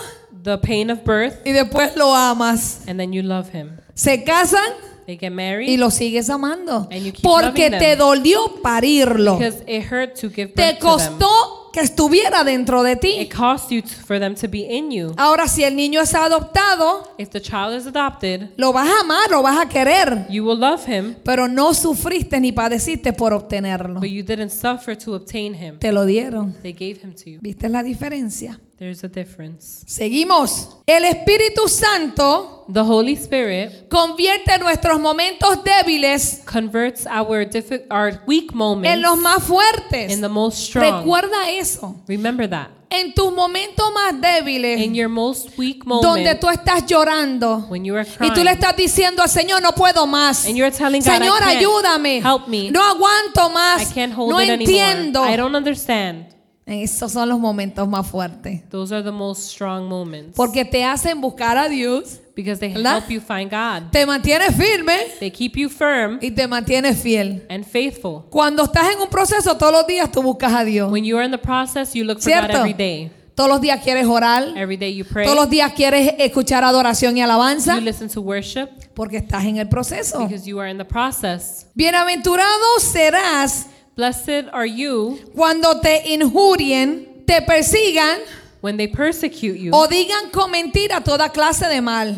[SPEAKER 2] the pain of birth,
[SPEAKER 3] y después lo amas.
[SPEAKER 2] and then you love him.
[SPEAKER 3] Se casan
[SPEAKER 2] They get
[SPEAKER 3] y
[SPEAKER 2] married
[SPEAKER 3] lo sigues amando.
[SPEAKER 2] And you keep loving
[SPEAKER 3] Porque
[SPEAKER 2] them.
[SPEAKER 3] te dolió parirlo.
[SPEAKER 2] because it hurt to give birth
[SPEAKER 3] Te
[SPEAKER 2] to them.
[SPEAKER 3] costó que estuviera dentro de
[SPEAKER 2] It
[SPEAKER 3] ti.
[SPEAKER 2] costs you t- for them to be in you.
[SPEAKER 3] Ahora, si el niño es adoptado,
[SPEAKER 2] If the child is adopted,
[SPEAKER 3] lo vas a amar, lo vas a querer,
[SPEAKER 2] you will love him,
[SPEAKER 3] pero no sufriste ni padeciste por obtenerlo.
[SPEAKER 2] but you didn't suffer to obtain him.
[SPEAKER 3] Te lo dieron.
[SPEAKER 2] They gave him to you.
[SPEAKER 3] ¿Viste la diferencia?
[SPEAKER 2] There's a difference.
[SPEAKER 3] Seguimos. El Espíritu Santo
[SPEAKER 2] The Holy Spirit
[SPEAKER 3] convierte nuestros momentos débiles
[SPEAKER 2] converts our diffi- our weak
[SPEAKER 3] en los
[SPEAKER 2] moments
[SPEAKER 3] más
[SPEAKER 2] in
[SPEAKER 3] fuertes.
[SPEAKER 2] the most strong.
[SPEAKER 3] Recuerda eso.
[SPEAKER 2] Remember that.
[SPEAKER 3] En tus momentos más débiles,
[SPEAKER 2] In your most weak
[SPEAKER 3] Eh. donde
[SPEAKER 2] moment,
[SPEAKER 3] tú estás llorando
[SPEAKER 2] when you are
[SPEAKER 3] y tú le
[SPEAKER 2] crying,
[SPEAKER 3] estás diciendo al Señor, no puedo más.
[SPEAKER 2] And you're telling God,
[SPEAKER 3] Señor,
[SPEAKER 2] "I can't.
[SPEAKER 3] ayúdame.
[SPEAKER 2] Help me.
[SPEAKER 3] No aguanto
[SPEAKER 2] I
[SPEAKER 3] más.
[SPEAKER 2] can't hold
[SPEAKER 3] No
[SPEAKER 2] it
[SPEAKER 3] entiendo.
[SPEAKER 2] anymore. I don't understand.
[SPEAKER 3] Esos son los momentos más fuertes.
[SPEAKER 2] Those are the most strong moments
[SPEAKER 3] Porque te hacen buscar a Dios,
[SPEAKER 2] because they
[SPEAKER 3] ¿Verdad?
[SPEAKER 2] help you find God.
[SPEAKER 3] te mantienes firme
[SPEAKER 2] They keep you firm
[SPEAKER 3] y te mantienes fiel.
[SPEAKER 2] and faithful.
[SPEAKER 3] Cuando estás en un proceso, todos los días tú buscas a Dios.
[SPEAKER 2] When you are in the process, you look for God
[SPEAKER 3] ¿Cierto?
[SPEAKER 2] every day.
[SPEAKER 3] Todos los días quieres orar.
[SPEAKER 2] Every day you pray.
[SPEAKER 3] Todos los días quieres escuchar adoración y alabanza.
[SPEAKER 2] You listen to worship
[SPEAKER 3] Porque estás en el proceso.
[SPEAKER 2] because you are in the process.
[SPEAKER 3] Bienaventurado serás
[SPEAKER 2] Blessed are you
[SPEAKER 3] cuando te injurien, te persigan
[SPEAKER 2] when they persecute you
[SPEAKER 3] o digan con mentira toda clase de mal.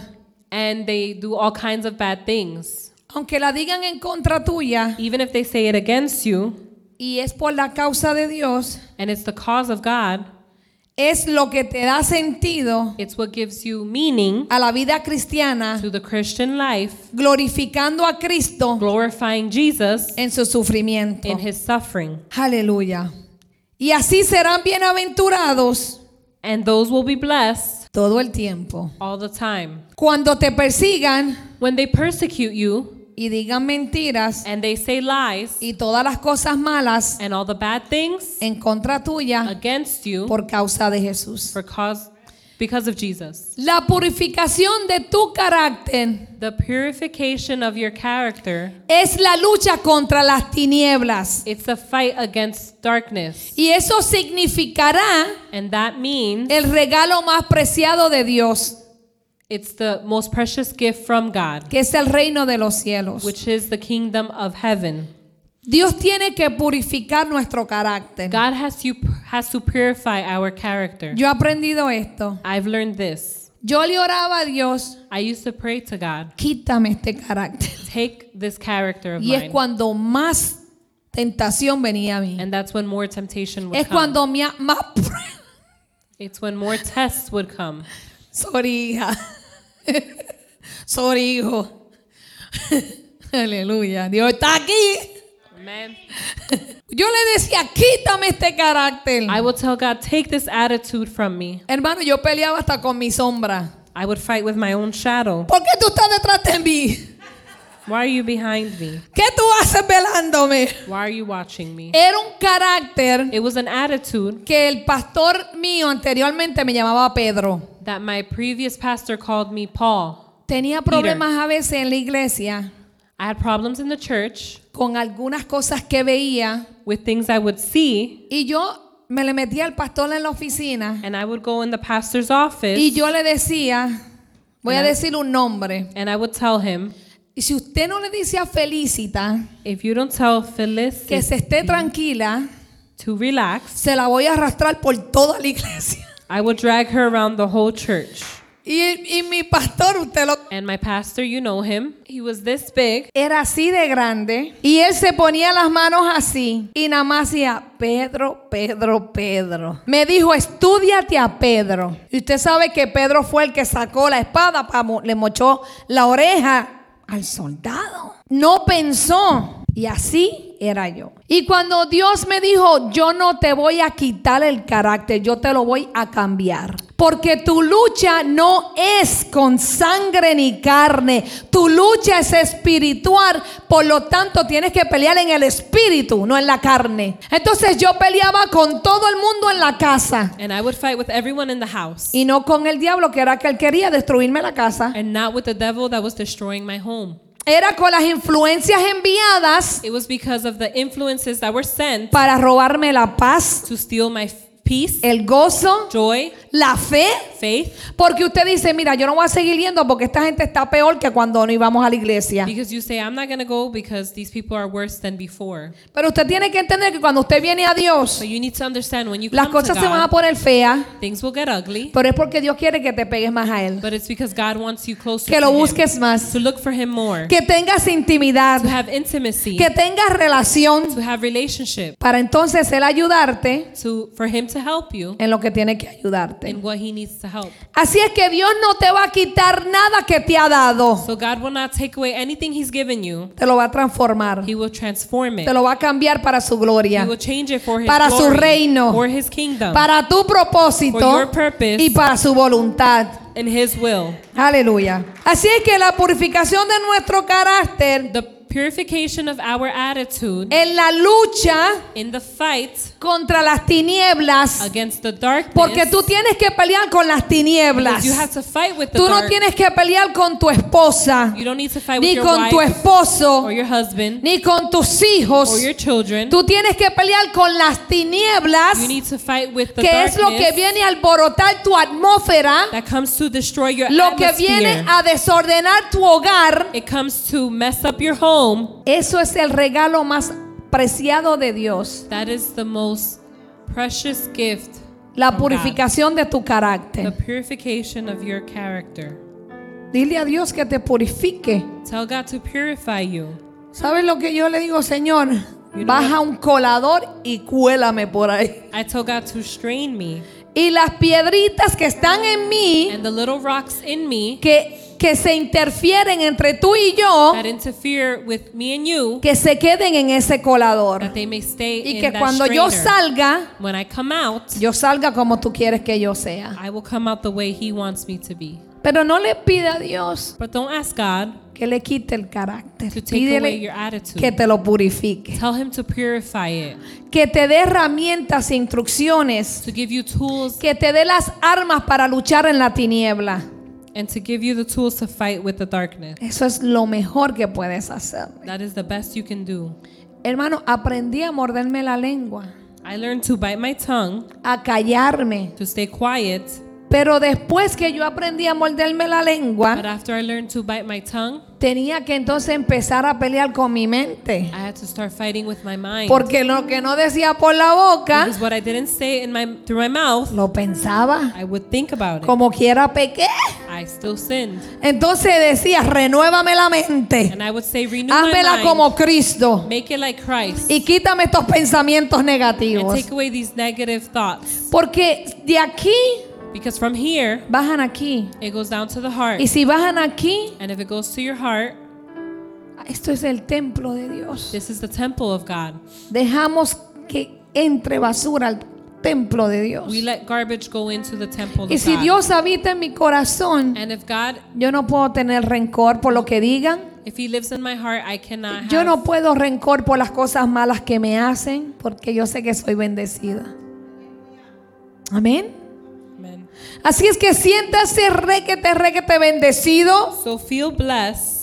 [SPEAKER 2] and they do all kinds of bad things.
[SPEAKER 3] Aunque la digan en contra tuya
[SPEAKER 2] Even if they say it against you
[SPEAKER 3] y es por la causa de Dios,
[SPEAKER 2] and it's the cause of God,
[SPEAKER 3] es lo que te da sentido
[SPEAKER 2] it's what gives you meaning
[SPEAKER 3] a la vida cristiana,
[SPEAKER 2] to the Christian life
[SPEAKER 3] glorificando a Cristo
[SPEAKER 2] glorifying Jesus
[SPEAKER 3] en su sufrimiento.
[SPEAKER 2] in his suffering.
[SPEAKER 3] Aleluya. Y así serán bienaventurados
[SPEAKER 2] And those will be blessed
[SPEAKER 3] todo el tiempo.
[SPEAKER 2] all the time.
[SPEAKER 3] Cuando te persigan
[SPEAKER 2] When they persecute you
[SPEAKER 3] y digan mentiras
[SPEAKER 2] and they say lies
[SPEAKER 3] y todas las cosas malas
[SPEAKER 2] and all the bad things
[SPEAKER 3] en contra tuya
[SPEAKER 2] against you
[SPEAKER 3] por causa de Jesús.
[SPEAKER 2] for cause because of Jesus.
[SPEAKER 3] La purificación de tu carácter
[SPEAKER 2] The purification of your character,
[SPEAKER 3] es la lucha contra las tinieblas.
[SPEAKER 2] it's a fight against darkness.
[SPEAKER 3] Y eso significará
[SPEAKER 2] And that means
[SPEAKER 3] el regalo más preciado de Dios,
[SPEAKER 2] it's the most precious gift from God,
[SPEAKER 3] que es el reino de los cielos.
[SPEAKER 2] which is the kingdom of heaven.
[SPEAKER 3] Dios tiene que purificar nuestro carácter.
[SPEAKER 2] God has you has to purify our character.
[SPEAKER 3] Yo he aprendido esto.
[SPEAKER 2] I've learned this.
[SPEAKER 3] Yo le oraba a Dios,
[SPEAKER 2] I used to pray to God,
[SPEAKER 3] quítame este carácter.
[SPEAKER 2] take this character of
[SPEAKER 3] Y es
[SPEAKER 2] mine.
[SPEAKER 3] cuando más tentación venía a mí.
[SPEAKER 2] And that's when more temptation would
[SPEAKER 3] Es
[SPEAKER 2] come.
[SPEAKER 3] cuando mi a- más... [LAUGHS] prue-
[SPEAKER 2] it's when more tests would come.
[SPEAKER 3] Sorry, hija. [LAUGHS] Sorry, hijo. [LAUGHS] Aleluya. Dios está aquí.
[SPEAKER 2] Amen.
[SPEAKER 3] Yo le decía, quítame este carácter.
[SPEAKER 2] I will tell God, take this attitude from me.
[SPEAKER 3] Hermano, yo peleaba hasta con mi sombra.
[SPEAKER 2] I would fight with my own shadow.
[SPEAKER 3] ¿Por qué tú estás detrás de mí?
[SPEAKER 2] Why are you behind me?
[SPEAKER 3] ¿Qué tú haces velándome?
[SPEAKER 2] Why are you watching me?
[SPEAKER 3] Era un carácter
[SPEAKER 2] It was an attitude
[SPEAKER 3] que el pastor mío anteriormente me llamaba Pedro.
[SPEAKER 2] that my previous pastor called me Paul.
[SPEAKER 3] Tenía problemas a veces en la iglesia
[SPEAKER 2] I had problems in the church
[SPEAKER 3] con algunas cosas que veía
[SPEAKER 2] with things I would see,
[SPEAKER 3] y yo me le metía al pastor en la oficina
[SPEAKER 2] and I would go in the pastor's office
[SPEAKER 3] y yo le decía, voy a decir un nombre.
[SPEAKER 2] and I would tell him,
[SPEAKER 3] Y si usted no le dice a Felicita
[SPEAKER 2] if you don't tell
[SPEAKER 3] que
[SPEAKER 2] Felicity
[SPEAKER 3] se esté tranquila,
[SPEAKER 2] to relax,
[SPEAKER 3] se la voy a arrastrar por toda la iglesia. [LAUGHS]
[SPEAKER 2] I would drag her around the whole church.
[SPEAKER 3] Y, y mi pastor, usted lo...
[SPEAKER 2] And my pastor, you know him, he was this big.
[SPEAKER 3] Era así de grande. Y él se ponía las manos así. Y nada más hacía, Pedro, Pedro, Pedro. Me dijo, estudiate a Pedro. Y usted sabe que Pedro fue el que sacó la espada, pa- mo- le mochó la oreja al soldado. No pensó. Y así era yo. Y cuando Dios me dijo, yo no te voy a quitar el carácter, yo te lo voy a cambiar. Porque tu lucha no es con sangre ni carne, tu lucha es espiritual, por lo tanto tienes que pelear en el espíritu, no en la carne. Entonces yo peleaba con todo el mundo en la casa
[SPEAKER 2] And I would fight with everyone in the house
[SPEAKER 3] y no con el diablo que era que él quería destruirme la casa.
[SPEAKER 2] and not with the devil that was destroying my home.
[SPEAKER 3] Era con las influencias enviadas
[SPEAKER 2] It was because of the influences that were sent
[SPEAKER 3] para robarme la paz,
[SPEAKER 2] to steal my f- peace,
[SPEAKER 3] el gozo,
[SPEAKER 2] joy,
[SPEAKER 3] la fe.
[SPEAKER 2] faith.
[SPEAKER 3] Porque usted dice, mira, yo no voy a seguir yendo porque esta gente está peor que cuando no íbamos a la iglesia.
[SPEAKER 2] Because you say, I'm not going to go because these people are worse than before.
[SPEAKER 3] Pero usted tiene que entender que cuando usted viene a Dios,
[SPEAKER 2] So you need to understand when you
[SPEAKER 3] las
[SPEAKER 2] come to
[SPEAKER 3] cosas se van a
[SPEAKER 2] God,
[SPEAKER 3] poner feas,
[SPEAKER 2] things will get ugly,
[SPEAKER 3] pero es porque Dios quiere que te pegues más a Él.
[SPEAKER 2] but it's because God wants you closer
[SPEAKER 3] Que lo
[SPEAKER 2] to Him,
[SPEAKER 3] busques más.
[SPEAKER 2] to look for Him more,
[SPEAKER 3] Que tengas intimidad.
[SPEAKER 2] to have intimacy,
[SPEAKER 3] Que tengas relación
[SPEAKER 2] to have relationship,
[SPEAKER 3] para entonces Él ayudarte
[SPEAKER 2] to for Him to help you
[SPEAKER 3] en lo que tiene que ayudarte.
[SPEAKER 2] in what He needs to help.
[SPEAKER 3] Así es que Dios no te va a quitar nada que te ha dado.
[SPEAKER 2] So God will not take away anything He's given you.
[SPEAKER 3] Te lo va a transformar.
[SPEAKER 2] He will transform
[SPEAKER 3] Te
[SPEAKER 2] it.
[SPEAKER 3] lo va a cambiar para su
[SPEAKER 2] He
[SPEAKER 3] gloria.
[SPEAKER 2] will change it for His
[SPEAKER 3] Para su
[SPEAKER 2] glory,
[SPEAKER 3] reino.
[SPEAKER 2] for His kingdom,
[SPEAKER 3] Para tu
[SPEAKER 2] For
[SPEAKER 3] propósito
[SPEAKER 2] your purpose.
[SPEAKER 3] y para su voluntad.
[SPEAKER 2] and His will.
[SPEAKER 3] Aleluya. Así es que la purificación de nuestro carácter
[SPEAKER 2] The purification of our attitude
[SPEAKER 3] en la lucha
[SPEAKER 2] in the fight
[SPEAKER 3] contra las tinieblas,
[SPEAKER 2] against the darkness.
[SPEAKER 3] porque tú tienes que pelear con las tinieblas.
[SPEAKER 2] because you have to fight with the
[SPEAKER 3] Tú no
[SPEAKER 2] dark.
[SPEAKER 3] tienes que pelear con tu esposa,
[SPEAKER 2] you don't need to fight with
[SPEAKER 3] ni
[SPEAKER 2] your
[SPEAKER 3] con
[SPEAKER 2] wife
[SPEAKER 3] tu esposo,
[SPEAKER 2] or your husband
[SPEAKER 3] ni con tus
[SPEAKER 2] or
[SPEAKER 3] hijos.
[SPEAKER 2] your children.
[SPEAKER 3] Tú tienes que pelear con las tinieblas,
[SPEAKER 2] you need to fight with the
[SPEAKER 3] que es
[SPEAKER 2] darkness
[SPEAKER 3] lo que viene a alborotar tu atmósfera,
[SPEAKER 2] that comes to destroy your
[SPEAKER 3] lo que
[SPEAKER 2] atmosphere.
[SPEAKER 3] viene a desordenar tu hogar.
[SPEAKER 2] it comes to mess up your home.
[SPEAKER 3] Eso es el regalo más preciado de Dios.
[SPEAKER 2] That is the most precious gift.
[SPEAKER 3] La
[SPEAKER 2] from God.
[SPEAKER 3] purificación de tu
[SPEAKER 2] The
[SPEAKER 3] carácter.
[SPEAKER 2] purification of your character.
[SPEAKER 3] Dile a Dios que te purifique.
[SPEAKER 2] Tell God to purify you.
[SPEAKER 3] ¿Sabes lo que yo le digo, Señor?
[SPEAKER 2] know
[SPEAKER 3] Baja un colador y cuélame por ahí.
[SPEAKER 2] I tell God to strain me.
[SPEAKER 3] Y las piedritas que están en mí,
[SPEAKER 2] And the little rocks in me
[SPEAKER 3] que, que se interfieren entre tú y yo,
[SPEAKER 2] that interfere with me and you,
[SPEAKER 3] que se queden en ese colador.
[SPEAKER 2] that they may stay
[SPEAKER 3] Y
[SPEAKER 2] in
[SPEAKER 3] que
[SPEAKER 2] that
[SPEAKER 3] cuando yo
[SPEAKER 2] strainer.
[SPEAKER 3] salga,
[SPEAKER 2] When I come out,
[SPEAKER 3] yo salga como tú quieres que yo sea.
[SPEAKER 2] I will come out the way He wants me to be.
[SPEAKER 3] Pero no le pida a Dios
[SPEAKER 2] But don't ask God
[SPEAKER 3] que le quite el carácter.
[SPEAKER 2] to take away your
[SPEAKER 3] Pídele
[SPEAKER 2] attitude.
[SPEAKER 3] que te lo purifique.
[SPEAKER 2] Tell Him to purify it,
[SPEAKER 3] Que te dé herramientas, e instrucciones
[SPEAKER 2] to give you tools,
[SPEAKER 3] que te dé las armas para luchar en la tiniebla.
[SPEAKER 2] and to give you the tools to fight with the darkness.
[SPEAKER 3] Eso es lo mejor que puedes hacer.
[SPEAKER 2] That is the best you can do.
[SPEAKER 3] Hermano, aprendí a morderme la lengua,
[SPEAKER 2] I learned to bite my tongue,
[SPEAKER 3] a callarme.
[SPEAKER 2] to stay quiet,
[SPEAKER 3] Pero después que yo aprendí a morderme la
[SPEAKER 2] but
[SPEAKER 3] lengua,
[SPEAKER 2] after I learned to bite my tongue,
[SPEAKER 3] tenía que entonces empezar a pelear con mi mente.
[SPEAKER 2] I had to start fighting with my mind.
[SPEAKER 3] Porque lo que no decía por la boca,
[SPEAKER 2] Because what I didn't say in my through my mouth,
[SPEAKER 3] lo pensaba.
[SPEAKER 2] I would think about it.
[SPEAKER 3] Como quiera pequé.
[SPEAKER 2] I still sinned,
[SPEAKER 3] Entonces decía, renuévame la mente.
[SPEAKER 2] and I would say, renew my
[SPEAKER 3] Házmela
[SPEAKER 2] mind,
[SPEAKER 3] como Cristo.
[SPEAKER 2] make it like Christ,
[SPEAKER 3] Y quítame estos pensamientos
[SPEAKER 2] and
[SPEAKER 3] negativos.
[SPEAKER 2] take away these negative thoughts.
[SPEAKER 3] Porque de aquí
[SPEAKER 2] Because from here,
[SPEAKER 3] bajan aquí.
[SPEAKER 2] it goes down to the heart.
[SPEAKER 3] Y si bajan aquí,
[SPEAKER 2] And if it goes to your heart,
[SPEAKER 3] esto es el templo de Dios.
[SPEAKER 2] this is the temple of God.
[SPEAKER 3] Dejamos que entre basura al templo de Dios.
[SPEAKER 2] We let garbage go into the temple of
[SPEAKER 3] Y si
[SPEAKER 2] God.
[SPEAKER 3] Dios habita en mi corazón,
[SPEAKER 2] and if God,
[SPEAKER 3] yo no puedo tener rencor por lo que digan.
[SPEAKER 2] if He lives in my heart, I cannot
[SPEAKER 3] Yo
[SPEAKER 2] have,
[SPEAKER 3] no puedo rencor por las cosas malas que me hacen, porque yo sé que soy bendecida. Amén.
[SPEAKER 2] Amen.
[SPEAKER 3] Así es que siéntase re que te re que te bendecido
[SPEAKER 2] So feel blessed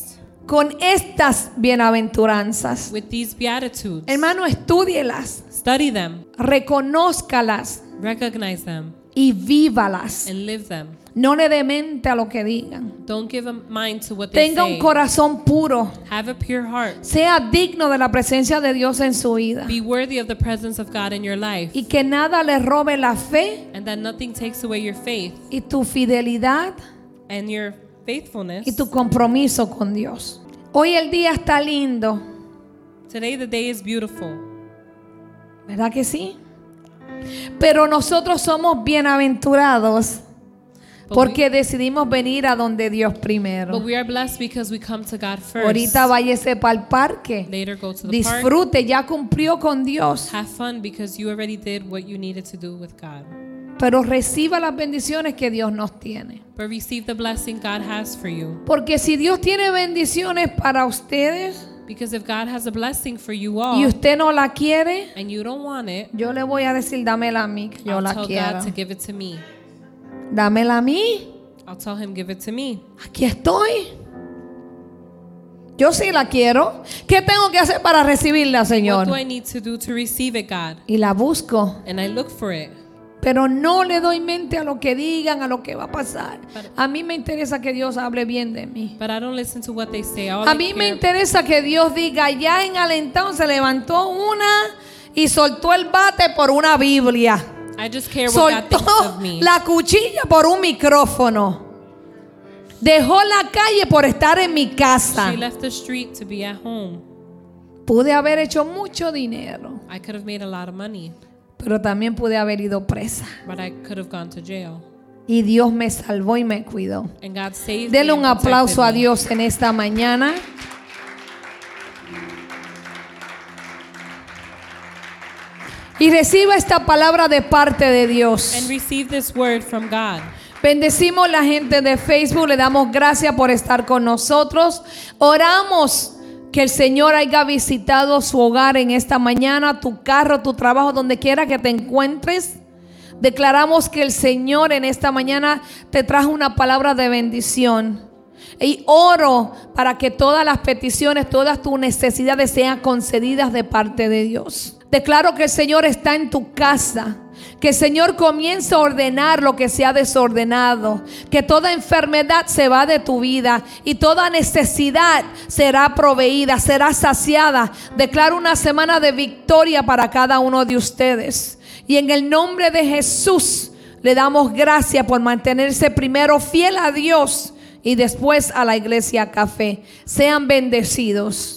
[SPEAKER 3] con estas bienaventuranzas.
[SPEAKER 2] with these beatitudes.
[SPEAKER 3] Hermano, estúdielas,
[SPEAKER 2] Study them,
[SPEAKER 3] reconózcalas
[SPEAKER 2] recognize them,
[SPEAKER 3] y vívalas.
[SPEAKER 2] and live them.
[SPEAKER 3] No le dé mente a lo que digan.
[SPEAKER 2] Don't give a mind to what they
[SPEAKER 3] Tenga un
[SPEAKER 2] say.
[SPEAKER 3] corazón puro.
[SPEAKER 2] have a pure heart.
[SPEAKER 3] Sea digno de la presencia de Dios en su vida.
[SPEAKER 2] Be worthy of the presence of God in your life,
[SPEAKER 3] Y que nada le robe la fe
[SPEAKER 2] and that nothing takes away your faith
[SPEAKER 3] y tu fidelidad
[SPEAKER 2] and your faithfulness.
[SPEAKER 3] y tu compromiso con Dios. Hoy el día está lindo,
[SPEAKER 2] Today, the day is beautiful.
[SPEAKER 3] ¿verdad que sí? Pero nosotros somos bienaventurados
[SPEAKER 2] But we-
[SPEAKER 3] porque decidimos venir a donde Dios primero.
[SPEAKER 2] But we are blessed because we come to God first.
[SPEAKER 3] Ahorita váyase para el parque.
[SPEAKER 2] Later go to the park.
[SPEAKER 3] Disfrute, ya cumplió con Dios.
[SPEAKER 2] Have fun because you already did what you needed to do with God.
[SPEAKER 3] Pero reciba las bendiciones que Dios nos tiene.
[SPEAKER 2] But receive the blessing God has for you.
[SPEAKER 3] Porque si Dios tiene bendiciones para ustedes
[SPEAKER 2] Because if God has a blessing for you
[SPEAKER 3] y
[SPEAKER 2] all
[SPEAKER 3] usted no la quiere,
[SPEAKER 2] and you don't want it,
[SPEAKER 3] yo le voy a decir, dámela a mí, que yo
[SPEAKER 2] I'll
[SPEAKER 3] la
[SPEAKER 2] tell
[SPEAKER 3] quiero.
[SPEAKER 2] God to give it to me.
[SPEAKER 3] Dámela a mí,
[SPEAKER 2] I'll tell him give it to me.
[SPEAKER 3] aquí estoy. Yo sí la quiero. ¿Qué tengo que hacer para recibirla,
[SPEAKER 2] What
[SPEAKER 3] Señor?
[SPEAKER 2] do I need to do to receive it, God?
[SPEAKER 3] Y la busco.
[SPEAKER 2] And I look for it.
[SPEAKER 3] Pero no le doy mente a lo que digan, a lo que va a pasar. A mí me interesa que Dios hable bien de mí.
[SPEAKER 2] But I don't listen to what they say. All
[SPEAKER 3] A
[SPEAKER 2] they
[SPEAKER 3] mí me
[SPEAKER 2] care-
[SPEAKER 3] interesa que Dios diga, ya en Alentón se levantó una y soltó el bate por una Biblia.
[SPEAKER 2] I just care what God
[SPEAKER 3] Soltó
[SPEAKER 2] thinks of me.
[SPEAKER 3] la cuchilla por un micrófono. Dejó la calle por estar en mi casa.
[SPEAKER 2] She left the street to be at home.
[SPEAKER 3] Pude haber hecho mucho dinero,
[SPEAKER 2] I could have made a lot of money,
[SPEAKER 3] pero también pude haber ido presa.
[SPEAKER 2] but I could have gone to jail.
[SPEAKER 3] Y Dios me salvó y me cuidó.
[SPEAKER 2] And God saved me.
[SPEAKER 3] Dele un
[SPEAKER 2] and protected
[SPEAKER 3] aplauso a
[SPEAKER 2] me.
[SPEAKER 3] Dios en esta mañana. Y reciba esta palabra de parte de
[SPEAKER 2] And
[SPEAKER 3] Dios.
[SPEAKER 2] receive this word from God.
[SPEAKER 3] Bendecimos la gente de Facebook, le damos gracias por estar con nosotros. Oramos que el Señor haya visitado su hogar en esta mañana, tu carro, tu trabajo, donde quiera que te encuentres. Declaramos que el Señor en esta mañana te trajo una palabra de bendición. Y oro para que todas las peticiones, todas tus necesidades sean concedidas de parte de Dios. Declaro que el Señor está en tu casa. Que el Señor comience a ordenar lo que se ha desordenado. Que toda enfermedad se va de tu vida y toda necesidad será proveída, será saciada. Declaro una semana de victoria para cada uno de ustedes. Y en el nombre de Jesús le damos gracias por mantenerse primero fiel a Dios y después a la iglesia café. Sean bendecidos.